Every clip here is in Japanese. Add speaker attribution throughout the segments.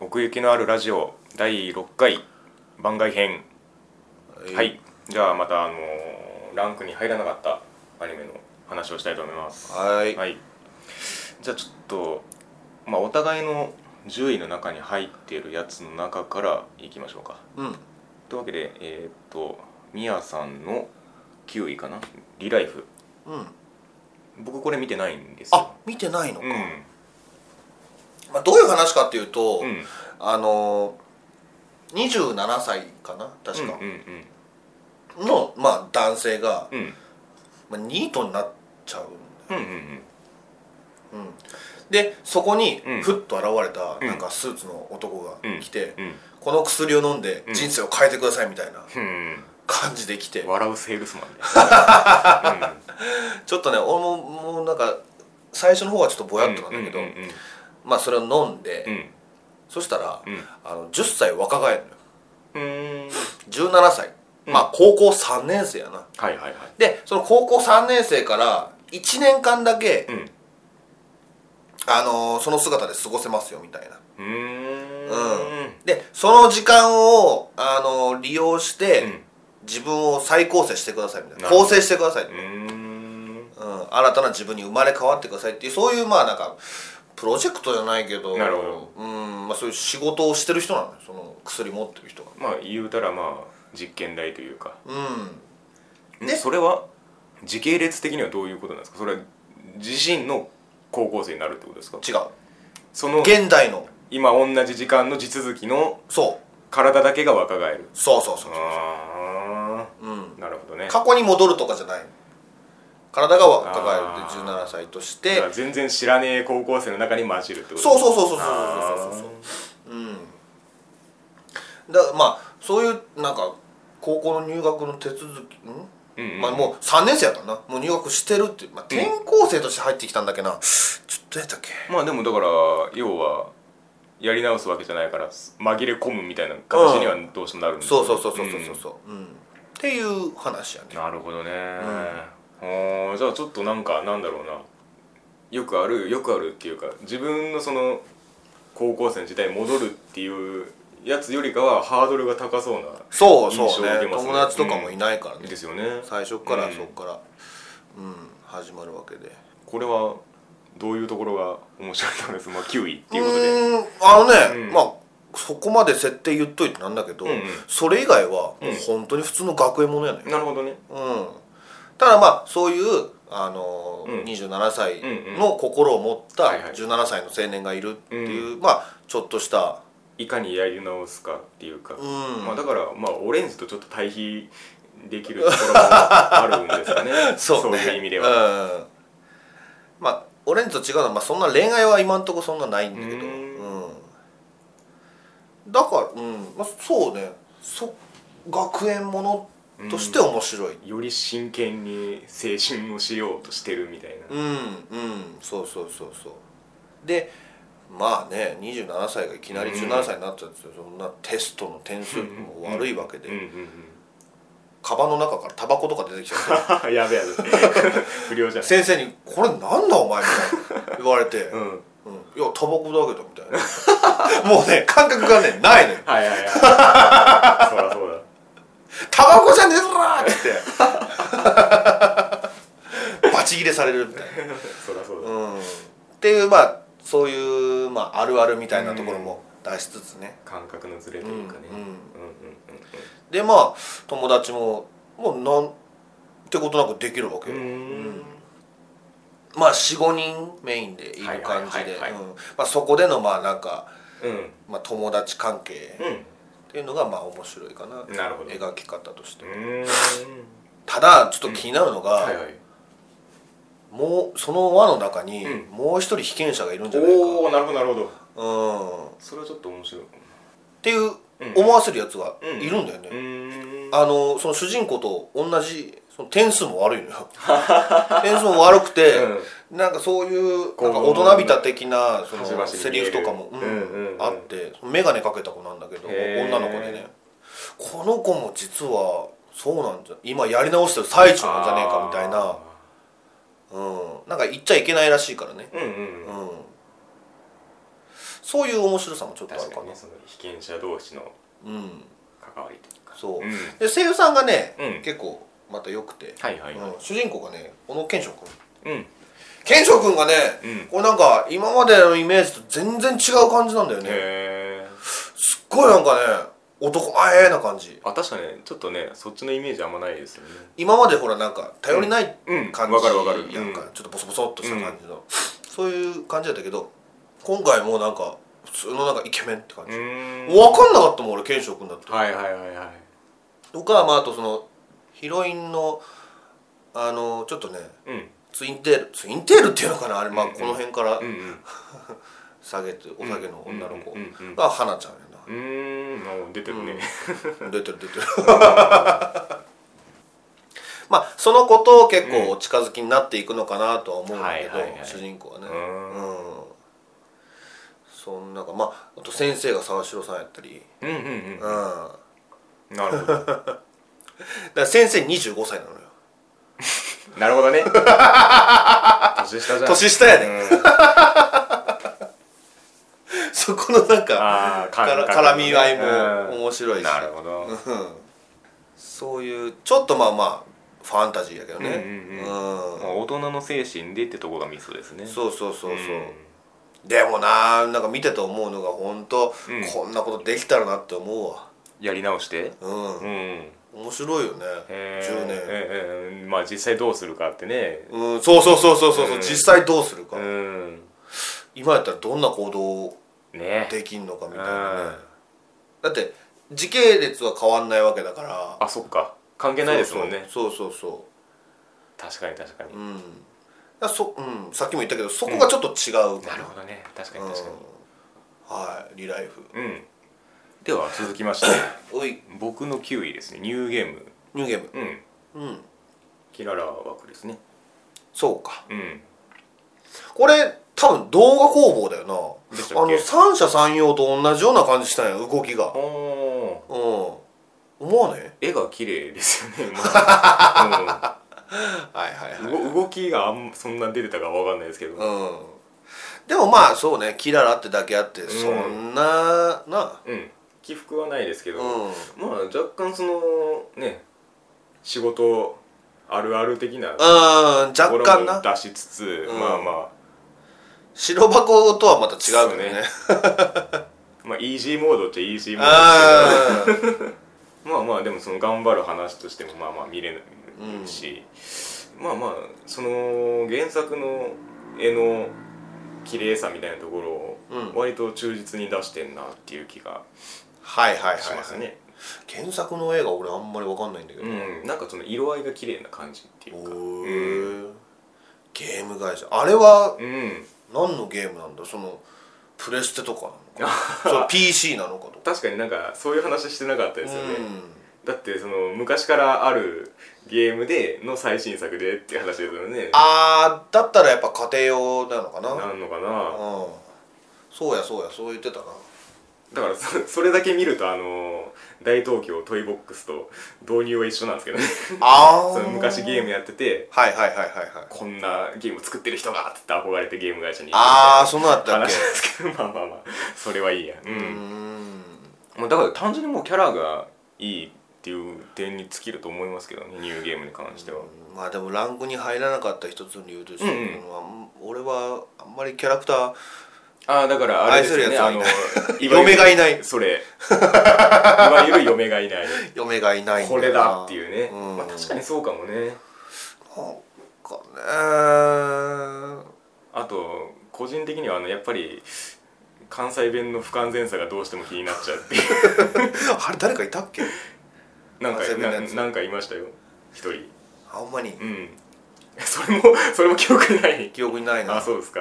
Speaker 1: 奥行きのあるラジオ第6回番外編
Speaker 2: えー
Speaker 1: はいじゃあまたあのーランクに入らなかったアニメの話をしたいと思います
Speaker 2: はい
Speaker 1: じゃあちょっとまあお互いの10位の中に入っているやつの中からいきましょうか
Speaker 2: うん
Speaker 1: というわけでえーっとみやさんの9位かな「リライフ
Speaker 2: うん」
Speaker 1: 僕これ見てないんです
Speaker 2: あ
Speaker 1: よ
Speaker 2: 見てないのか、
Speaker 1: うん
Speaker 2: まあ、どういう話かっていうと、
Speaker 1: うん
Speaker 2: あのー、27歳かな確か
Speaker 1: う、んうん
Speaker 2: の、まあ、男性が、
Speaker 1: うん
Speaker 2: まあ、ニートになっちゃ
Speaker 1: う
Speaker 2: う、
Speaker 1: んうんうん
Speaker 2: うん、でそこに
Speaker 1: うん
Speaker 2: ふっと現れた、
Speaker 1: うん
Speaker 2: なんかスーツの男が来て、
Speaker 1: うんうん
Speaker 2: この薬を飲んで
Speaker 1: うん
Speaker 2: 人生を変えてくださいみたいな
Speaker 1: うん
Speaker 2: 感じで来て、
Speaker 1: 笑うセールスマンみ たいなうん
Speaker 2: ちょっとね俺ももうなんか最初の方はちょっとぼやっとなんだけど、
Speaker 1: うんうん
Speaker 2: まあそれを飲んで、
Speaker 1: うん
Speaker 2: そしたら、
Speaker 1: うん
Speaker 2: あの10歳若返るのよ
Speaker 1: うんうん
Speaker 2: 17歳、
Speaker 1: うん
Speaker 2: まあ高校3年生やな
Speaker 1: はいはいはい
Speaker 2: でその高校3年生から1年間だけ、
Speaker 1: うん
Speaker 2: あのーその姿で過ごせますよみたいな
Speaker 1: うーん
Speaker 2: うんでその時間を、あのー利用して、自分を再構成してくださいみたいな
Speaker 1: なるほ
Speaker 2: 構
Speaker 1: ど
Speaker 2: 成してください、う
Speaker 1: うんんうん
Speaker 2: 新たな自分に生まれ変わってくださいっていうそういうまあなんかプロジェクトじゃないけど
Speaker 1: なるほど
Speaker 2: うん、まあ、そういう仕事をしてる人なのよその薬持ってる人が
Speaker 1: まあ言うたらまあ実験台というか
Speaker 2: うん
Speaker 1: ん
Speaker 2: で
Speaker 1: それは時系列的にはどういうことなんですかそれは自身の高校生になるってことですか
Speaker 2: 違う
Speaker 1: その
Speaker 2: 現代の
Speaker 1: 今同じ時間の地続きの
Speaker 2: そう
Speaker 1: 体だけが若返る
Speaker 2: そうそうそう
Speaker 1: あ
Speaker 2: そう、うん、
Speaker 1: あなるほどね
Speaker 2: 過去に戻るとかじゃない体が若返
Speaker 1: あ
Speaker 2: る
Speaker 1: ー
Speaker 2: で17歳とし
Speaker 1: だ
Speaker 2: て
Speaker 1: から全然知らねえ高校生の中に混じるってこと
Speaker 2: そうそうそうそうそう
Speaker 1: あ
Speaker 2: そうそ
Speaker 1: ー
Speaker 2: うそううんだからまあそういうなんか高校の入学の手続きん
Speaker 1: うんうん
Speaker 2: まあ、もう3年生やからなもう入学してるっていう、まあ、転校生として入ってきたんだけどな、ちょっとやったっけ
Speaker 1: まあでもだから要はやり直すわけじゃないから紛れ込むみたいな形にはどうしてもなるんですよ
Speaker 2: そ
Speaker 1: ね
Speaker 2: うそうそうそうそうそうそう、うんっていう話やね
Speaker 1: うんなるほどね、あーじゃあちょっとなんかなんだろうなよくあるよくあるっていうか自分のその高校生の時代に戻るっていうやつよりかはハードルが高そうな
Speaker 2: そうそう
Speaker 1: 印象を受
Speaker 2: ね
Speaker 1: けますね
Speaker 2: 友達とかもいないからね、
Speaker 1: ですよね
Speaker 2: 最初から
Speaker 1: うん
Speaker 2: そこから、うん始まるわけで
Speaker 1: これはどういうところが面白いのですまあ9位っていうことで
Speaker 2: うーんあのね、
Speaker 1: うん
Speaker 2: まあそこまで設定言っといてなんだけど、
Speaker 1: うんうん
Speaker 2: それ以外はも
Speaker 1: う
Speaker 2: うん本当に普通の学園ものやね、
Speaker 1: なるほどね
Speaker 2: うん、ただまあそういう、あのー
Speaker 1: うん
Speaker 2: 27歳
Speaker 1: うんうん
Speaker 2: の心を持った
Speaker 1: はいはい
Speaker 2: 17歳の青年がいるっていう、まあちょっとした、
Speaker 1: いかにやり直すかっていうか、
Speaker 2: うん
Speaker 1: まあ、だから、まあ、オレンジとちょっと対比できるところもあるんです かね
Speaker 2: ね
Speaker 1: いう意味では。
Speaker 2: うん、まあ俺んちと違うのは、まあ、そんな恋愛は今んとこそんなないんだけど、
Speaker 1: う
Speaker 2: うんんだから、うんまあ、そうねそ学園ものとして面白い、
Speaker 1: より真剣に青春をしようとしてるみたいな、
Speaker 2: うんうんそうそうそうそうでまあね27歳がいきなり17歳になっちゃってそんなテストの点数も悪いわけで、
Speaker 1: うんうん
Speaker 2: カバンの中からタバコとか出てきちゃって
Speaker 1: うん やべやべ不良じゃない
Speaker 2: 先生に「これなんだお前」みたいな言われ て「
Speaker 1: う
Speaker 2: うんん、いやタバコだけど」みたいな もうね感覚がねないのよ
Speaker 1: はいはい はいそらそうだ
Speaker 2: 「タバコじゃねえぞら!」って言って バチ切れされるみたいな
Speaker 1: そらそうだ、
Speaker 2: うんっていうまあそういう、まあ、あるあるみたいなところも出しつつね、
Speaker 1: 感覚のズレというかね、
Speaker 2: うんうん
Speaker 1: うん
Speaker 2: でまあ友達ももうなんってことなくできるわけ
Speaker 1: う
Speaker 2: よ、
Speaker 1: んうんうん
Speaker 2: うんまあ45人メインでいる感じで
Speaker 1: はいはいはいはい
Speaker 2: うんまあそこでのまあなんか、
Speaker 1: うん
Speaker 2: まあ、友達関係
Speaker 1: うん
Speaker 2: っていうのがまあ面白いかな
Speaker 1: なるほど
Speaker 2: 描き方として
Speaker 1: うん
Speaker 2: ただちょっと気になるのが、
Speaker 1: はいはい
Speaker 2: もうその輪の中に
Speaker 1: うん
Speaker 2: もう一人被験者がいるんじゃないか、
Speaker 1: おおなるほどなるほど
Speaker 2: うん、っ
Speaker 1: それはちょっと面白い
Speaker 2: ていう思わせるやつがいるんだよね、
Speaker 1: うん
Speaker 2: あのその主人公と同じその点数も悪い のよ点数も悪くて、なんかそういうなんか大人びた的なそ
Speaker 1: 端々
Speaker 2: の
Speaker 1: に
Speaker 2: セリフとかも、
Speaker 1: 見
Speaker 2: う
Speaker 1: え
Speaker 2: ん
Speaker 1: るうんうんうん
Speaker 2: あってその眼鏡かけた子なんだけど
Speaker 1: へー
Speaker 2: 女の子でねこの子も実はそうなんじゃ今やり直してる最中なんじゃねえかみたいな、うん、なんか言っちゃいけないらしいからね、
Speaker 1: うんうん
Speaker 2: うん、そういう面白さもちょっとある
Speaker 1: 確
Speaker 2: か
Speaker 1: か
Speaker 2: な
Speaker 1: にねその被験者同士の
Speaker 2: うん
Speaker 1: 関わりというか
Speaker 2: そう、
Speaker 1: ん
Speaker 2: で声優さんがね、
Speaker 1: うん
Speaker 2: 結構また良くて、
Speaker 1: はいはいはい
Speaker 2: うん主人公がね小野賢章君
Speaker 1: うん
Speaker 2: 賢章君がね、
Speaker 1: うん
Speaker 2: これなんか今までのイメージと全然違う感じなんだよね、
Speaker 1: へえ
Speaker 2: すっごいなんかね男前な感じ
Speaker 1: あ確かねちょっとねそっちのイメージあんまないですよね
Speaker 2: 今までほらなんか頼りない
Speaker 1: うん
Speaker 2: 感じ、
Speaker 1: わかるわかる
Speaker 2: なんか
Speaker 1: うん
Speaker 2: ちょっとボソボソっとした感じの、そういう感じだったけど今回もうなんか普通のなんかイケメンって感
Speaker 1: う
Speaker 2: じ、
Speaker 1: ーん
Speaker 2: 分かんなかったもん俺賢章君だって
Speaker 1: はいはいはいはい
Speaker 2: とかまああとそのヒロインのあのちょっとね
Speaker 1: うん
Speaker 2: ツインテールツインテールっていうのかなあれまあ
Speaker 1: うんうん
Speaker 2: この辺から
Speaker 1: うんうん
Speaker 2: 下げてお下げの女の子
Speaker 1: うんうんうん
Speaker 2: が花ちゃんやな
Speaker 1: うーんお出てるね、
Speaker 2: 出てる出てる まあそのことを結構お近づきになっていくのかなとは思うんだけど、
Speaker 1: はいはいはい
Speaker 2: 主人公はね
Speaker 1: うー
Speaker 2: うんそんなかまああと先生が沢城さんやったり
Speaker 1: うん、うん
Speaker 2: うん
Speaker 1: うん
Speaker 2: だか
Speaker 1: なるほど
Speaker 2: ら先生25歳なのよ
Speaker 1: なるほどね年下じゃん
Speaker 2: 年下やね
Speaker 1: うん
Speaker 2: そこのなんか
Speaker 1: あー
Speaker 2: か
Speaker 1: 感
Speaker 2: ら
Speaker 1: 覚
Speaker 2: 絡み合い
Speaker 1: うん
Speaker 2: も面白いし
Speaker 1: なるほど
Speaker 2: うんそういうちょっとまあまあファンタジーやけどね
Speaker 1: うんうん
Speaker 2: うん
Speaker 1: まあ大人の精神でってとこがミソですねう
Speaker 2: そうそうそうそう、
Speaker 1: ん
Speaker 2: でもななんか見てて思うのが本当、
Speaker 1: うん
Speaker 2: こんなことできたらなって思うわ
Speaker 1: やり直して
Speaker 2: うん、
Speaker 1: うん
Speaker 2: 面白いよね
Speaker 1: えー
Speaker 2: 10年、
Speaker 1: えーえーまあ実際どうするかってね
Speaker 2: うん、そうそうそうそうそう、う
Speaker 1: うん
Speaker 2: 実際どうするか、
Speaker 1: うん
Speaker 2: 今やったらどんな行動
Speaker 1: ね
Speaker 2: できんのかみ
Speaker 1: う
Speaker 2: たいなね
Speaker 1: ん
Speaker 2: だって時系列は変わんないわけだから
Speaker 1: あそっか関係ないですもんね
Speaker 2: そうそうそうそ
Speaker 1: 確かに確かに
Speaker 2: ううんだそ、うん、さっきも言ったけどそこがちょっと違うか
Speaker 1: な
Speaker 2: な
Speaker 1: るほどね確か
Speaker 2: う
Speaker 1: に
Speaker 2: ん
Speaker 1: 確かに
Speaker 2: はいリライフ
Speaker 1: うんでは続きま して
Speaker 2: おい
Speaker 1: 僕の9位ですねニューゲーム
Speaker 2: ニューゲーム
Speaker 1: うん
Speaker 2: うん
Speaker 1: キララ枠ですね
Speaker 2: そうか
Speaker 1: うん
Speaker 2: これ多分動画工房だよ
Speaker 1: でした
Speaker 2: なあ
Speaker 1: っけ
Speaker 2: の三者三様と同じような感じしたんや動きが
Speaker 1: おお
Speaker 2: うん思わね
Speaker 1: 絵が綺麗です よね、まあ
Speaker 2: はいはい
Speaker 1: うん動動きがあんそんな出てたかわかんないですけど、うん
Speaker 2: うんでもまあそうねキララってだけあってそんな、な
Speaker 1: 起伏はないですけど、
Speaker 2: うん
Speaker 1: まあ若干そのね仕事あるある的な
Speaker 2: うん若干な
Speaker 1: 出しつつ、
Speaker 2: うん
Speaker 1: まあま
Speaker 2: 白箱とはまた違うけどね
Speaker 1: あまあイージーモードっちゃイージーモードです
Speaker 2: あー
Speaker 1: けどまあまあでもその頑張る話としてもまあまあ見れないし、まあまあその原作の絵の綺麗さみたいなところを
Speaker 2: うん
Speaker 1: 割と忠実に出してんなっていう気が
Speaker 2: はいはいはい、
Speaker 1: します
Speaker 2: はい、
Speaker 1: ね、
Speaker 2: 原作の映画俺あんまりわかんないんだけど、
Speaker 1: うん、なんかその色合いが綺麗な感じっていうか
Speaker 2: おーゲーム会社あれは
Speaker 1: うん
Speaker 2: 何のゲームなんだそのプレステとかなのか その PC なのかとか
Speaker 1: 確かになんかそういう話してなかったですよね、
Speaker 2: うん
Speaker 1: だってその昔からあるゲームでの最新作でっていう話ですよね
Speaker 2: あーだったらやっぱ家庭用なのかなうん
Speaker 1: なんのかな
Speaker 2: そうやそうやそう言ってたな
Speaker 1: だからそそれだけ見るとあの大東京トイボックスと導入は一緒なんですけどね
Speaker 2: あ
Speaker 1: その昔ゲームやってて
Speaker 2: はいはいはいはいはい
Speaker 1: こんなゲーム作ってる人がっつって憧れてゲーム会社に行くみ
Speaker 2: ああそうなった
Speaker 1: たいな
Speaker 2: っけ
Speaker 1: 話なんですけど まあまあまあそれはいいやう
Speaker 2: うー
Speaker 1: ん、
Speaker 2: ん
Speaker 1: もうだから単純にもうキャラがいいっていう点に尽きると思いますけどねニューゲームに関しては
Speaker 2: まあでもランクに入らなかった一つの理由として、
Speaker 1: うんうん
Speaker 2: あん俺はあんまりキャラクター
Speaker 1: ああだからあれですよねあ
Speaker 2: 愛
Speaker 1: の
Speaker 2: い ない嫁がいない
Speaker 1: それいわゆる嫁がいない
Speaker 2: 嫁がいないん
Speaker 1: これだっていうね、
Speaker 2: うん
Speaker 1: まあ、確かにそうかもね
Speaker 2: なんかね
Speaker 1: あと個人的にはあのやっぱり関西弁の不完全さがどうしても気になっちゃうって いう
Speaker 2: あれ誰かいたっけ
Speaker 1: なん
Speaker 2: 関西弁のやつ
Speaker 1: かななんかいましたよ一人
Speaker 2: あんまり
Speaker 1: うん それもそれも記憶にない
Speaker 2: 記憶にないな
Speaker 1: あそうですか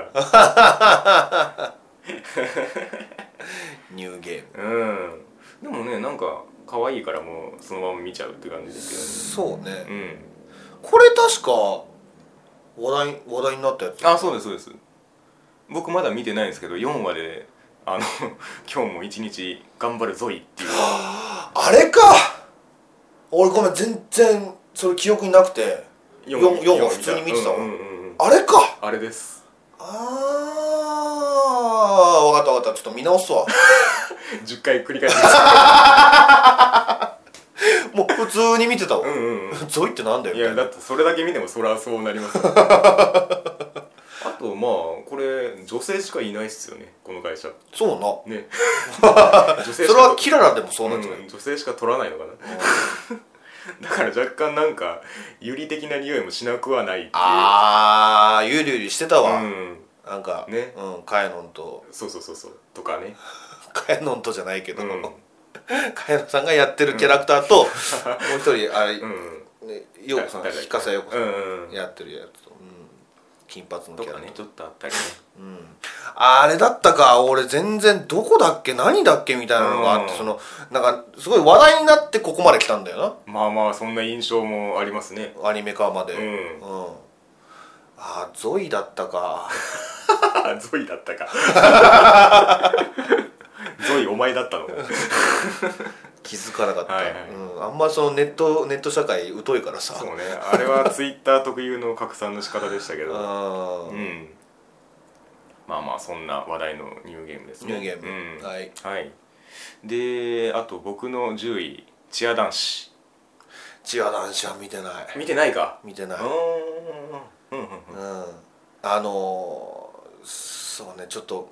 Speaker 2: ニューゲーム
Speaker 1: うんでもねなんか可愛いからもうそのまま見ちゃうって感じです
Speaker 2: そう
Speaker 1: け
Speaker 2: ね
Speaker 1: どね
Speaker 2: これ確か話題話題になったやつ
Speaker 1: うんあそうですそうです僕まだ見てないんですけど4話であの 今日も一日頑張るぞいっていう
Speaker 2: あれか俺ごめん全然それ記憶になくて
Speaker 1: 4
Speaker 2: 四四話普通に見てたわ
Speaker 1: うんうんうんうん
Speaker 2: あれか
Speaker 1: あれです
Speaker 2: ああ分かった分かったちょっと見直 すわ
Speaker 1: 10回繰り返して
Speaker 2: もう普通に見てたわ
Speaker 1: うんうん、う
Speaker 2: ゾイってなんだよ
Speaker 1: ん、い
Speaker 2: みた
Speaker 1: や
Speaker 2: い
Speaker 1: だ
Speaker 2: な
Speaker 1: ってそれだけ見てもそりゃそうなりますよ あとまあこれ女性しかいないっすよねこの会社
Speaker 2: そうな
Speaker 1: ね 女
Speaker 2: そ
Speaker 1: 性
Speaker 2: れ
Speaker 1: しか
Speaker 2: はキララでもそうなんじゃない、
Speaker 1: うん女性しか取らないのかなだから若干なんかユリ的な匂いもしなくはないっていう
Speaker 2: あーゆりゆりしてたわ、
Speaker 1: うん
Speaker 2: なんか、
Speaker 1: ね
Speaker 2: うん、カエノンと
Speaker 1: そうそうそうそうとかね、
Speaker 2: カエノンとじゃないけど、
Speaker 1: うん
Speaker 2: カエノンさんがやってるキャラクター と、もう一人あれ、
Speaker 1: うん、
Speaker 2: ね、ようこさん
Speaker 1: 誰だっけ
Speaker 2: 日笠ようこさ
Speaker 1: うんうんうん
Speaker 2: んやってるやつと、うん、金髪の
Speaker 1: と
Speaker 2: キャ
Speaker 1: か
Speaker 2: ラ
Speaker 1: ね
Speaker 2: と
Speaker 1: ちょっとあったり
Speaker 2: うん、あれだったか俺全然どこだっけ何だっけみたいなのがあって、
Speaker 1: うん
Speaker 2: そのなんかすごい話題になってここまで来たんだよ
Speaker 1: ねまあまあそんな印象もありますね
Speaker 2: なアニメ化まで
Speaker 1: う
Speaker 2: うん、
Speaker 1: ん
Speaker 2: ああゾイだったか
Speaker 1: あゾイだったか ゾイお前だったの
Speaker 2: 気づかなかった、
Speaker 1: はいはい
Speaker 2: うん、あんまそのネットネット社会疎いからさ
Speaker 1: そうねあれはツイッター特有の拡散の仕方でしたけ
Speaker 2: う
Speaker 1: どう
Speaker 2: ん、
Speaker 1: んまあまあそんな話題のニューゲームです
Speaker 2: ニ
Speaker 1: ね
Speaker 2: ューゲーム、
Speaker 1: うん
Speaker 2: はい
Speaker 1: はい、であと僕の10位チア男子
Speaker 2: チア男子は見てない
Speaker 1: 見てないか
Speaker 2: 見て
Speaker 1: う
Speaker 2: ない
Speaker 1: ーんうんうん
Speaker 2: うんあのーそうねちょっと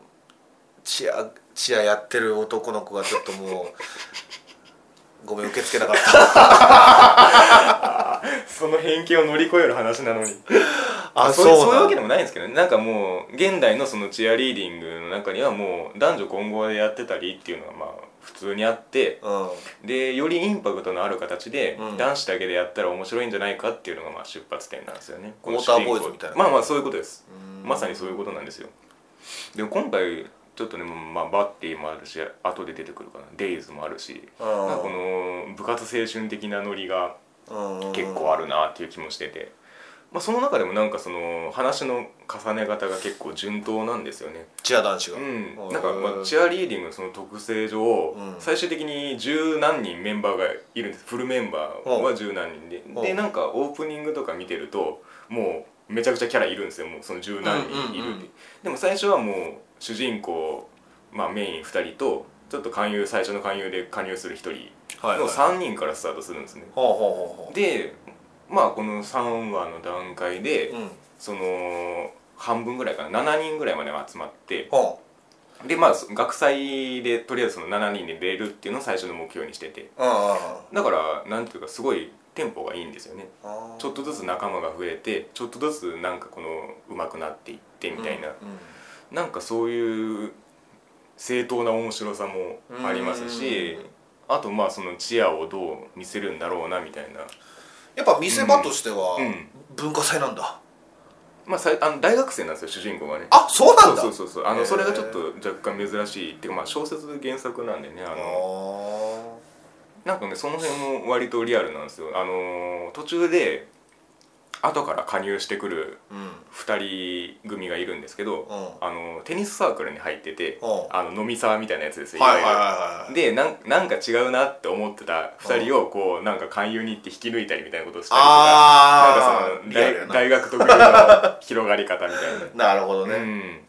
Speaker 2: チアチアやってる男の子がちょっともう ごめん受け付けなか った
Speaker 1: その偏見を乗り越える話なのに
Speaker 2: あ
Speaker 1: そういうそういう
Speaker 2: な
Speaker 1: わけでもないんですけどねなんかもう現代のそのチアリーディングの中にはもう男女混合でやってたりっていうのがまあ普通にあって
Speaker 2: うん
Speaker 1: でよりインパクトのある形で
Speaker 2: うん
Speaker 1: 男子だけでやったら面白いんじゃないかっていうのがまあ出発点なんですよね
Speaker 2: ウォーターボーイ
Speaker 1: この主人
Speaker 2: ズ
Speaker 1: 公
Speaker 2: みたいな
Speaker 1: まあまあそういうことです
Speaker 2: うん
Speaker 1: まさにそういうことなんですよでも今回ちょっとね、まあ、バッティもあるし後で出てくるかなデイズもあるし
Speaker 2: う
Speaker 1: なん
Speaker 2: ん
Speaker 1: かこの部活青春的なノリが
Speaker 2: うん
Speaker 1: 結構あるなっていう気もしてて、まあ、その中でもなんかその話の重ね方が結構順当なんですよね、
Speaker 2: チア男子が
Speaker 1: うん
Speaker 2: う、ん
Speaker 1: なんかまあチアリーディングのその特性上、
Speaker 2: うん
Speaker 1: 最終的に十何人メンバーがいるんですフルメンバーは十何人で、
Speaker 2: うん
Speaker 1: でなんかオープニングとか見てるともうめちゃくちゃキャラいるんですよもうその十何人いるって、
Speaker 2: うんうんうん
Speaker 1: でも最初はもう主人公、まあ、メイン2人とちょっと勧誘最初の勧誘で加入する1人
Speaker 2: はい
Speaker 1: の
Speaker 2: はい
Speaker 1: 3人からスタートするんですね、
Speaker 2: ほうほうほうほう
Speaker 1: でまあこの3話の段階で、
Speaker 2: うん
Speaker 1: その半分ぐらいかな7人ぐらいまで集まって
Speaker 2: ほ
Speaker 1: でまあそ学祭でとりあえずその7人で出るっていうのを最初の目標にしてて
Speaker 2: ううんうん
Speaker 1: だからなんていうかすごいテンポがいいんですよね
Speaker 2: うん
Speaker 1: ちょっとずつ仲間が増えてちょっとずつなんかこの上手くなっていってみたいな、なんかそういう正当な面白さもありますし
Speaker 2: うん
Speaker 1: あとまあそのチアをどう見せるんだろうなみたいな
Speaker 2: やっぱ見せ場としては
Speaker 1: うん
Speaker 2: 文化祭なんだ
Speaker 1: まあ、さいあの大学生なんですよ主人公がね
Speaker 2: あそうなんだ
Speaker 1: そうそううそうあ
Speaker 2: へ
Speaker 1: の
Speaker 2: ー
Speaker 1: それがちょっと若干珍しいっていうかまあ小説原作なんでねあ
Speaker 2: あ
Speaker 1: の
Speaker 2: ー
Speaker 1: なんかねその辺も割とリアルなんですよあのー途中で後から加入してくる
Speaker 2: うん
Speaker 1: 2人組がいるんですけど、
Speaker 2: うん
Speaker 1: あのテニスサークルに入ってて、
Speaker 2: うん
Speaker 1: あの飲みサーみたいなやつですよ
Speaker 2: はいはい
Speaker 1: わゆる
Speaker 2: はいはい
Speaker 1: でなんなんか違うなって思ってた2人をこうなんか勧誘に行って引き抜いたりみたいなことをしたりとかなん
Speaker 2: あ
Speaker 1: か
Speaker 2: あ
Speaker 1: その
Speaker 2: リアルや
Speaker 1: 大
Speaker 2: な
Speaker 1: 大学特有の広がり方みたいな
Speaker 2: なるほ どね、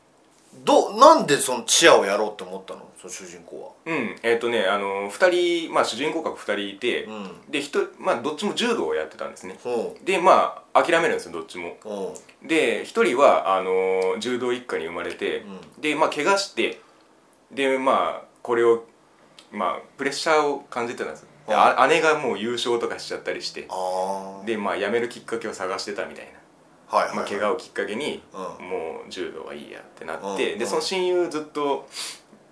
Speaker 2: どなんでそのチアをやろうって思ったのその主人公
Speaker 1: うん、うん、えっ、とねあの2人、まあ、主人公格2人いて、
Speaker 2: はうん
Speaker 1: で一人、まあ、どっちも柔道をやってたんですね
Speaker 2: ほ
Speaker 1: でまあ諦めるんですよどっちも
Speaker 2: うほ
Speaker 1: で1人はあの柔道一家に生まれて、
Speaker 2: う
Speaker 1: でまあ怪我してでまあこれをまあプレッシャーを感じてたんですよで
Speaker 2: はい
Speaker 1: あ姉がもう優勝とかしちゃったりして
Speaker 2: ああ
Speaker 1: でまあ辞めるきっかけを探してたみたいな
Speaker 2: はいはい、
Speaker 1: まあ、
Speaker 2: はい、
Speaker 1: 怪我をきっかけに、
Speaker 2: うん
Speaker 1: もう柔道はいいやってな
Speaker 2: う
Speaker 1: っ
Speaker 2: ん
Speaker 1: て、
Speaker 2: うん
Speaker 1: でその親友ずっと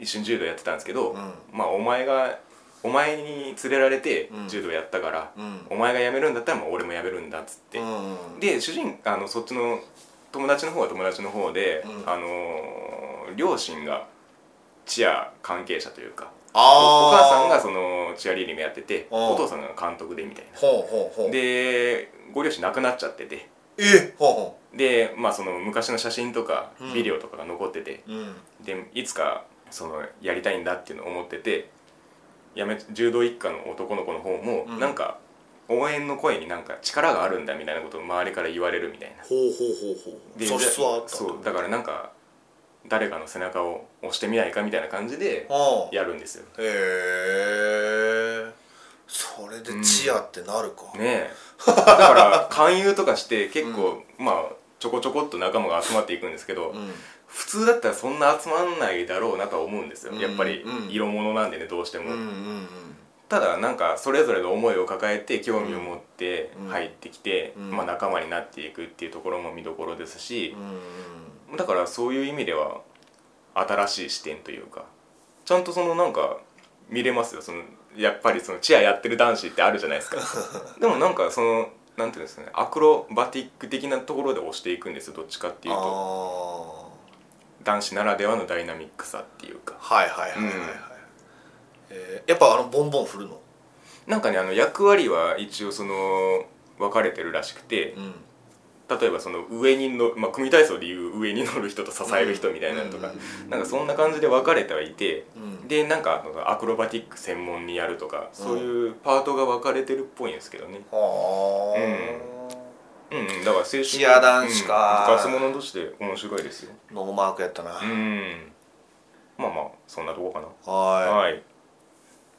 Speaker 1: 一緒に柔道やってたんですけど、
Speaker 2: うん
Speaker 1: まあお前がお前に連れられて
Speaker 2: うん
Speaker 1: 柔道やったから、
Speaker 2: うん
Speaker 1: お前が辞めるんだったらもう俺も辞めるんだっつって、
Speaker 2: うん
Speaker 1: で主人あのそっちの友達の方は友達の方で、
Speaker 2: うん
Speaker 1: あのー両親がチア関係者というか
Speaker 2: あ
Speaker 1: お
Speaker 2: あ
Speaker 1: お母さんがそのチアリーディングやってて
Speaker 2: うん
Speaker 1: お父さんが監督でみたい
Speaker 2: ほうほうほう
Speaker 1: なでご両親亡くなっちゃってて
Speaker 2: えほうほ
Speaker 1: でまあその昔の写真とか
Speaker 2: うん
Speaker 1: ビデオとかが残ってて、
Speaker 2: ううん
Speaker 1: でいつかそのやりたいんだっていうのを思っててやめ柔道一家の男の子の方も、
Speaker 2: うん
Speaker 1: なんか応援の声になんか力があるんだみたいなことを周りから言われるみたいな
Speaker 2: ほうほうほうほう
Speaker 1: で
Speaker 2: 素質はあった
Speaker 1: そうだからなんか誰かの背中を押してみないかみたいな感じで
Speaker 2: ああへ
Speaker 1: やるんですよ
Speaker 2: えそれでチアってなるか、
Speaker 1: ねえだから勧誘とかして結構、まあちょこちょこっと仲間が集まっていくんですけど、
Speaker 2: うん
Speaker 1: 普通だったらそんな集まんないだろうなとは思うんですよ、
Speaker 2: うん
Speaker 1: やっぱり
Speaker 2: うん
Speaker 1: 色物なんでねどうしても、
Speaker 2: うんうん
Speaker 1: ただなんかそれぞれの思いを抱えて興味を持って
Speaker 2: うん
Speaker 1: 入ってきて、
Speaker 2: うん
Speaker 1: まあ、仲間になっていくっていうところも見どころですし
Speaker 2: うんう、ん
Speaker 1: だからそういう意味では新しい視点というかちゃんとそのなんか見れますよそのやっぱりそのチアやってる男子ってあるじゃないで すかでもなんかそのなんていうんですかねアクロバティック的なところで押していくんですよどっちかっていう
Speaker 2: あ
Speaker 1: と
Speaker 2: あ
Speaker 1: 男子ならではのダイナミックさっていうか
Speaker 2: はいはいはいはいはい、
Speaker 1: うん
Speaker 2: えーやっぱあのボンボン振るの
Speaker 1: なんかねあの役割は一応その分かれてるらしくて
Speaker 2: うん
Speaker 1: 例えばその上にの、まあ、組体操でいう上に乗る人と支える人みたいなのとか、なんかそんな感じで分かれてはいて、
Speaker 2: うん
Speaker 1: でなんかあのアクロバティック専門にやるとかそういうパートが分かれてるっぽいんですけどね
Speaker 2: ああ、
Speaker 1: うん、うん、だから青春
Speaker 2: チア男子か
Speaker 1: うん、部活者として面白いですよ
Speaker 2: ノーマークやったな、
Speaker 1: うんまあまあそんなとこかな
Speaker 2: はい
Speaker 1: はい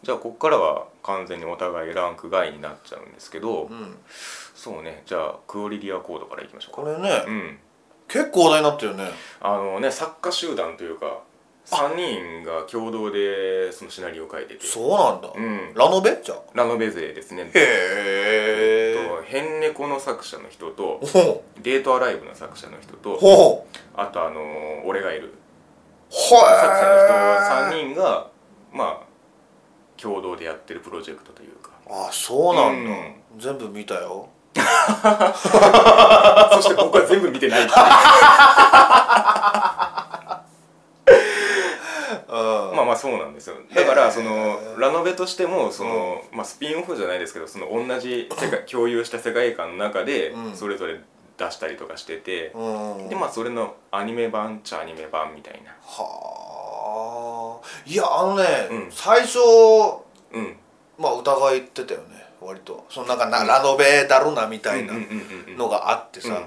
Speaker 1: じゃあここからは完全にお互いランク外になっちゃうんですけど、
Speaker 2: うん、
Speaker 1: そうねじゃあクオリティアコードからいきましょう
Speaker 2: これね、
Speaker 1: かうん
Speaker 2: 結構話題になってるね
Speaker 1: あのね作家集団というか3人が共同でそのシナリオを書いてて
Speaker 2: そうなんだ、
Speaker 1: うん
Speaker 2: ラノベじゃん
Speaker 1: ラノベ勢ですね
Speaker 2: へ
Speaker 1: え
Speaker 2: え
Speaker 1: っと「変猫」の作者の人と
Speaker 2: ほう
Speaker 1: 「デートアライブ」の作者の人と
Speaker 2: ほう
Speaker 1: あとあのー俺がいる」
Speaker 2: ほ
Speaker 1: 作者の
Speaker 2: 人
Speaker 1: 人3人がまあ共同でやってるプロジェクトという か
Speaker 2: あそうなんだ、
Speaker 1: う
Speaker 2: 全部見たよ
Speaker 1: そして僕は全部見てないっていう
Speaker 2: うん
Speaker 1: まあまあそうなんですよだからそのラノベとしてもその、まあ、スピンオフじゃないですけどその同じ世界共有した世界観の中で
Speaker 2: うん
Speaker 1: それぞれ出したりとかしてて、
Speaker 2: うん
Speaker 1: でまあそれのアニメ版っちゃアニメ版みたいな
Speaker 2: はあいやあのね、
Speaker 1: うん
Speaker 2: 最初
Speaker 1: うん
Speaker 2: まあ疑いってたよね割とそのなんかな、ラノベだろなみたいな
Speaker 1: うんうんうんうん
Speaker 2: のがあってさ、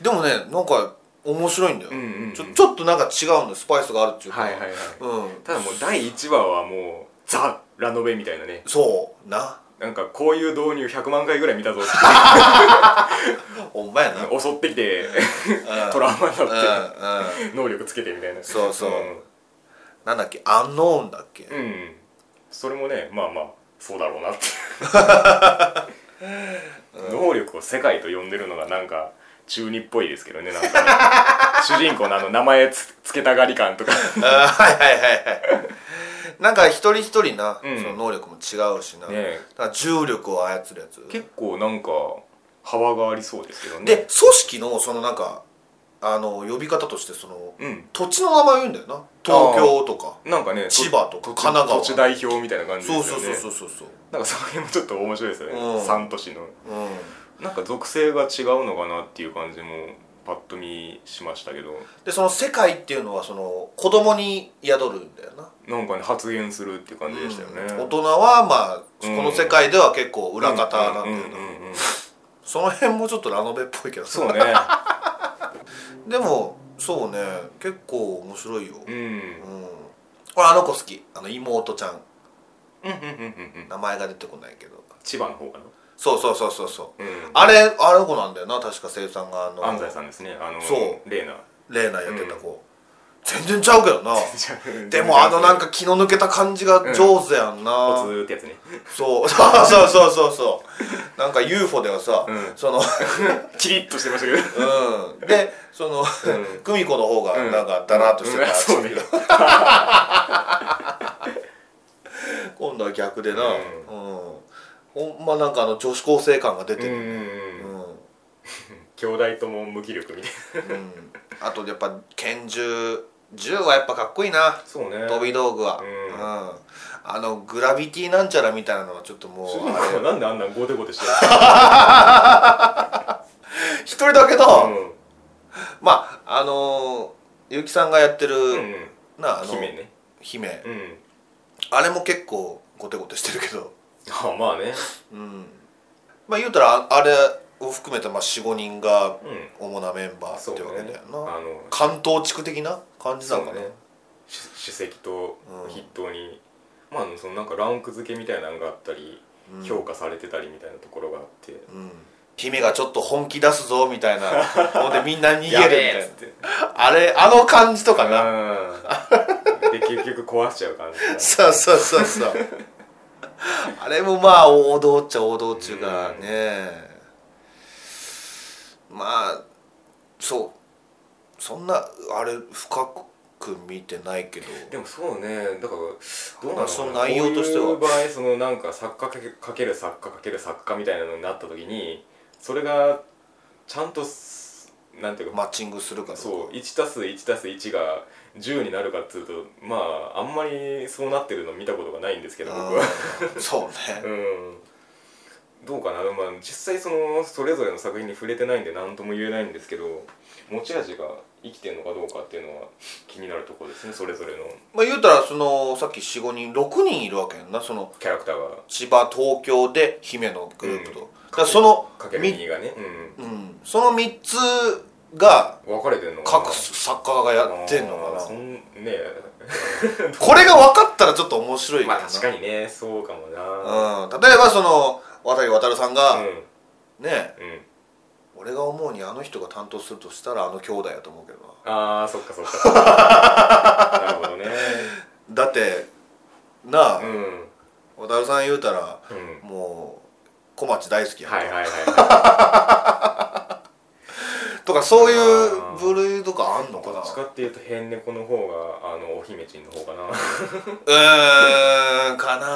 Speaker 2: でもねなんか面白いんだよ、
Speaker 1: うんうんうん
Speaker 2: ちょちょっとなんか違うんだよスパイスがあるっていうか、
Speaker 1: はいはいはい
Speaker 2: うん、
Speaker 1: ただもう第1話はもうザ・ラノベみたいなね
Speaker 2: そうな
Speaker 1: なんかこういう導入100万回ぐらい見たぞって
Speaker 2: ほんまやな、 うん、
Speaker 1: 襲ってきて トラウマに
Speaker 2: うん
Speaker 1: なっ
Speaker 2: うん
Speaker 1: て能力つけてみたいな
Speaker 2: そうそうなんだっけアンノーンだっけ、
Speaker 1: うん、うんそれもねまあまあそうだろうなって 能力を世界と呼んでるのがなんか中二っぽいですけどねなんかね主人公のあの名前つつけたがり感とか
Speaker 2: あーはいはいはいはいなんか一人一人な、
Speaker 1: うん
Speaker 2: その能力も違うしな、
Speaker 1: ね
Speaker 2: だから重力を操るやつ
Speaker 1: 結構なんか幅がありそうですけどね
Speaker 2: で組織のそのなんかあの呼び方としてその
Speaker 1: うん
Speaker 2: 土地の名前を言うんだよな東京とか
Speaker 1: なんかねと
Speaker 2: 千葉とか
Speaker 1: 土地
Speaker 2: 神奈川
Speaker 1: 土地代表みたいな感じです
Speaker 2: そ
Speaker 1: よ
Speaker 2: う
Speaker 1: ね
Speaker 2: そうそうそうそうそう
Speaker 1: なんかその辺もちょっと面白いですよね、
Speaker 2: うん
Speaker 1: 3都市の
Speaker 2: うん
Speaker 1: なんか属性が違うのかなっていう感じもパッと見しましたけど
Speaker 2: でその世界っていうのはその子供に宿るんだよな、
Speaker 1: なんかね発言するっていう感じでしたよね、
Speaker 2: 大人はまあこの世界では結構裏方なんだ
Speaker 1: うんうん
Speaker 2: よ
Speaker 1: うん
Speaker 2: な
Speaker 1: うんうん
Speaker 2: その辺もちょっとラノベっぽいけど
Speaker 1: そう ね
Speaker 2: でもそうね結構面白いよ
Speaker 1: うん
Speaker 2: うん俺あの子好きあの妹ちゃん
Speaker 1: うんうんうんうん
Speaker 2: 名前が出てこないけど
Speaker 1: 千葉の方かな、
Speaker 2: そうそうそうそうそう
Speaker 1: うん、
Speaker 2: あれあの子なんだよな確か生産があの
Speaker 1: 安西さんですねあの
Speaker 2: そう
Speaker 1: レーナ
Speaker 2: レーナやってた子、全然ちゃうけどな でもあのなんか気の抜けた感じが上手やんな、
Speaker 1: コツってやつね
Speaker 2: そう そうそうそうそうそうなんか UFO ではさ、
Speaker 1: うん
Speaker 2: その
Speaker 1: キリッとしてましたけど
Speaker 2: うんでその、
Speaker 1: ん
Speaker 2: 久美子の方がなんかだらっとしてたらしい
Speaker 1: うん
Speaker 2: けど、 今度は逆でなう、
Speaker 1: うん
Speaker 2: ほんまなんかあの女子高生感が出て
Speaker 1: うんう
Speaker 2: る、
Speaker 1: ん
Speaker 2: う
Speaker 1: うん
Speaker 2: ん
Speaker 1: 兄弟とも無気力みたいな
Speaker 2: うんあとやっぱ拳銃銃はやっぱかっこいいな
Speaker 1: そうね
Speaker 2: 飛び道具は、
Speaker 1: うん
Speaker 2: うんあのグラビティなんちゃらみたいなのはちょっともう
Speaker 1: 主人
Speaker 2: あれ
Speaker 1: 公なんであんなゴテゴテしてる
Speaker 2: 一人だけだ、
Speaker 1: のうん
Speaker 2: まああのー、結城さんがやってる、
Speaker 1: うんうん
Speaker 2: なあの
Speaker 1: 姫ね
Speaker 2: 姫
Speaker 1: うん
Speaker 2: あれも結構ゴテゴテしてるけど
Speaker 1: ああまあね
Speaker 2: うんまあ言うたらああれを含めたまあ45人が
Speaker 1: うん
Speaker 2: 主なメンバーってわけだよな、
Speaker 1: そうねあの
Speaker 2: 関東地区的な感じなのか
Speaker 1: そう
Speaker 2: な、
Speaker 1: ね主主席と
Speaker 2: うん
Speaker 1: 筆頭に、まあそのなんかランク付けみたいなのがあったり、
Speaker 2: うん
Speaker 1: 評価されてたりみたいなところがあって「
Speaker 2: うん、姫がちょっと本気出すぞみたいな ほんでみんな逃げるみ
Speaker 1: やべ
Speaker 2: た
Speaker 1: え!」っ
Speaker 2: い
Speaker 1: つ って
Speaker 2: なあれあの感じとかな、
Speaker 1: うんで結局壊しちゃう感じだ
Speaker 2: そうそうそうそう あれもまあ王道っちゃ王道っちゅうかね、まあそうそんなあれ深く見てないけど
Speaker 1: でもそうねだからどうなのかな
Speaker 2: 話の内容としては
Speaker 1: こういう場合そのなんか作家かけかける作家かける作家みたいなのになった時にそれがちゃんとすなんていうか
Speaker 2: マッチングするかどうか
Speaker 1: そう1たす1たす1が10になるかっつうとまああんまりそうなってるの見たことがないんですけど僕は
Speaker 2: うん そうね
Speaker 1: うんどうかな、まあ、実際そのそれぞれの作品に触れてないんで何とも言えないんですけど持ち味が生きてるのかどうかっていうのは気になるところですねそれぞれの
Speaker 2: まあ言うたらそのさっき45人6人いるわけやんなその
Speaker 1: キャラクターが
Speaker 2: 千葉東京で姫のグループと、
Speaker 1: うん
Speaker 2: だからその
Speaker 1: かける
Speaker 2: み
Speaker 1: 2がね、
Speaker 2: うん、その3つが
Speaker 1: うん、分かれてんのかな
Speaker 2: 各作家がやってんの
Speaker 1: あー
Speaker 2: か
Speaker 1: そ
Speaker 2: なん
Speaker 1: ね
Speaker 2: これが分かったらちょっと面白い
Speaker 1: ま
Speaker 2: よ
Speaker 1: あ
Speaker 2: な
Speaker 1: 確かにねそうかもな
Speaker 2: うん、例えばその渡渡さんが、
Speaker 1: うん
Speaker 2: ね
Speaker 1: うん
Speaker 2: 俺が思うにあの人が担当するとしたらあの兄弟やと思うけどな
Speaker 1: あーそっかそっか なるほどね
Speaker 2: だってなあ
Speaker 1: う、ん
Speaker 2: 渡辺さん言うたら
Speaker 1: うん
Speaker 2: もう小町大好きやんか、
Speaker 1: はいはいはいは
Speaker 2: とかそういう部類とかあんの
Speaker 1: いど
Speaker 2: かな
Speaker 1: っちかっていうと変猫の方があのお姫ちんの方かな
Speaker 2: うーんかな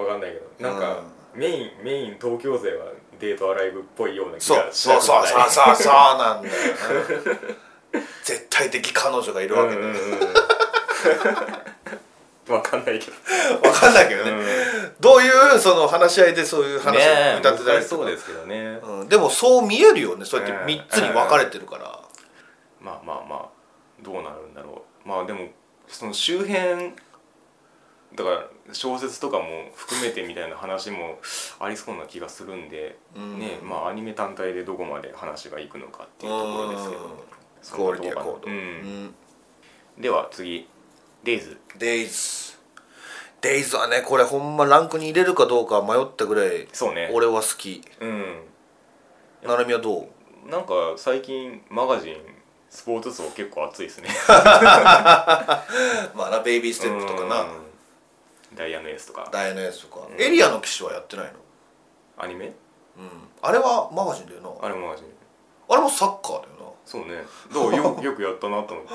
Speaker 1: わかんないけどなんか、メインメイン東京勢はデートアライブっぽいような気
Speaker 2: そう
Speaker 1: がし
Speaker 2: そ
Speaker 1: な
Speaker 2: う
Speaker 1: くも
Speaker 2: そう
Speaker 1: ない
Speaker 2: そうそうそうなんだよな絶対的彼女がいるわけ
Speaker 1: うん
Speaker 2: ね、
Speaker 1: うんうん わかんないけど、
Speaker 2: わかんないけどね、
Speaker 1: うん、
Speaker 2: どういうその話し合いでそういう話を歌ってたりと
Speaker 1: そ
Speaker 2: か
Speaker 1: うですけどね、
Speaker 2: うん、でもそう見えるよねそうやって
Speaker 1: うん
Speaker 2: 3つに分かれてるから、
Speaker 1: まあまあまあどうなるんだろうまあでもその周辺だから小説とかも含めてみたいな話もありそうな気がするんで、
Speaker 2: うん
Speaker 1: ねまあアニメ単体でどこまで話がいくのかっていうところですけど、
Speaker 2: うん
Speaker 1: そ
Speaker 2: クオ
Speaker 1: んな
Speaker 2: リティは
Speaker 1: と
Speaker 2: コ
Speaker 1: こ
Speaker 2: ード、
Speaker 1: かな
Speaker 2: う
Speaker 1: うん
Speaker 2: ん
Speaker 1: では次デイズ
Speaker 2: デイズデイズはねこれほんまランクに入れるかどうか迷ったぐらい
Speaker 1: そうね
Speaker 2: 俺は好き
Speaker 1: うん
Speaker 2: ななみはどう
Speaker 1: なんか最近マガジンスポーツ層結構熱いですね
Speaker 2: まあなベイビーステップとかな、
Speaker 1: うんダイヤのエースとか
Speaker 2: ダイアナエースとか、
Speaker 1: ん
Speaker 2: エリアの騎士はやってないの
Speaker 1: アニメ
Speaker 2: うんあれはマガジンだよな
Speaker 1: あれもマガジン
Speaker 2: あれもサッカーだよ
Speaker 1: そうねどうよよくやったなと思っ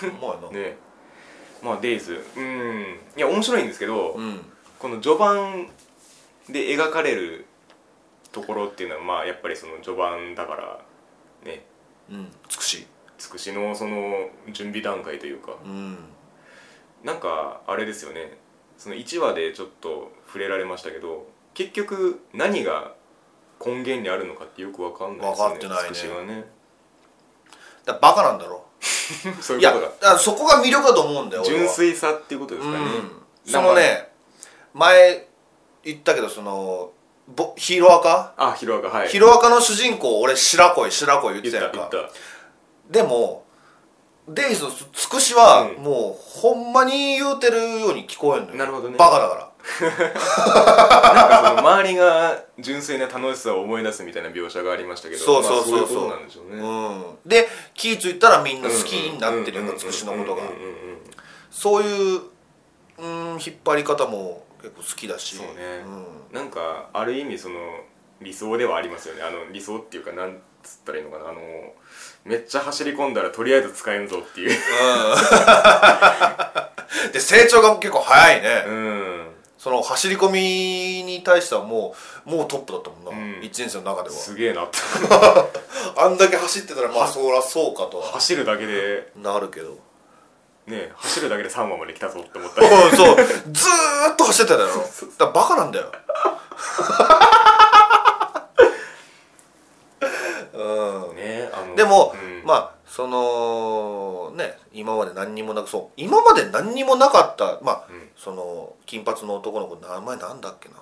Speaker 1: て
Speaker 2: なうまいな、
Speaker 1: ねまあデイズうんいや面白いんですけど、
Speaker 2: うん
Speaker 1: この序盤で描かれるところっていうのはまあやっぱりその序盤だからね
Speaker 2: うん美しい
Speaker 1: つくしのその準備段階というか
Speaker 2: うん
Speaker 1: なんかあれですよねその1話でちょっと触れられましたけど結局何が根源にあるのかってよくわかんないですよね
Speaker 2: わかってないね
Speaker 1: つくしは ね
Speaker 2: だからバカなんだろ
Speaker 1: そう
Speaker 2: い
Speaker 1: いう
Speaker 2: や
Speaker 1: こ
Speaker 2: だ
Speaker 1: と
Speaker 2: からそこが魅力だと思うんだよ
Speaker 1: が
Speaker 2: 俺は
Speaker 1: 純粋さっていうことですかね、
Speaker 2: うん、
Speaker 1: な
Speaker 2: そ
Speaker 1: んか
Speaker 2: のね前言ったけどそのぼヒロアカ、
Speaker 1: あヒロアカはい
Speaker 2: ヒロアカの主人公俺白恋白恋言って
Speaker 1: 言った
Speaker 2: やん
Speaker 1: た言
Speaker 2: か
Speaker 1: った
Speaker 2: でもデイズのつくしは、
Speaker 1: うん
Speaker 2: もうほんまに言うてるように聞こえんのよ
Speaker 1: なるほどね
Speaker 2: バカだから
Speaker 1: なんか その周りが純粋な楽しさを思い出すみたいな描写がありましたけど
Speaker 2: そうそうそ
Speaker 1: まあ、
Speaker 2: うそう
Speaker 1: そういうことなんでしょうね、
Speaker 2: うん、で気ぃ付いたらみんな好きになってるよ
Speaker 1: うんうんうんうん
Speaker 2: つくしのことが
Speaker 1: うんうんうんうん
Speaker 2: そういう、うん、引っ張り方も結構好きだし
Speaker 1: そうね
Speaker 2: う
Speaker 1: なんかある意味その理想ではありますよねあの理想っていうかなんつったらいいのかなあのめっちゃ走り込んだらとりあえず使えんぞっていう
Speaker 2: ん、で成長が結構早いね、
Speaker 1: うん
Speaker 2: その走り込みに対してはもうもうトップだったもんな、
Speaker 1: うん
Speaker 2: 1年生の中では
Speaker 1: すげえなって
Speaker 2: あんだけ走ってたらまあそらそうかとは
Speaker 1: 走るだけで
Speaker 2: なるけど
Speaker 1: ね走るだけで3話まで来たぞって思った
Speaker 2: そ
Speaker 1: り
Speaker 2: うそうずーっと走ってただろだからバカなんだよ う
Speaker 1: ねあの
Speaker 2: んでも、
Speaker 1: うん
Speaker 2: まあそのね今まで何にもなくそう今まで何にもなかったまあ、
Speaker 1: うん
Speaker 2: その金髪の男の子名前なんだっけな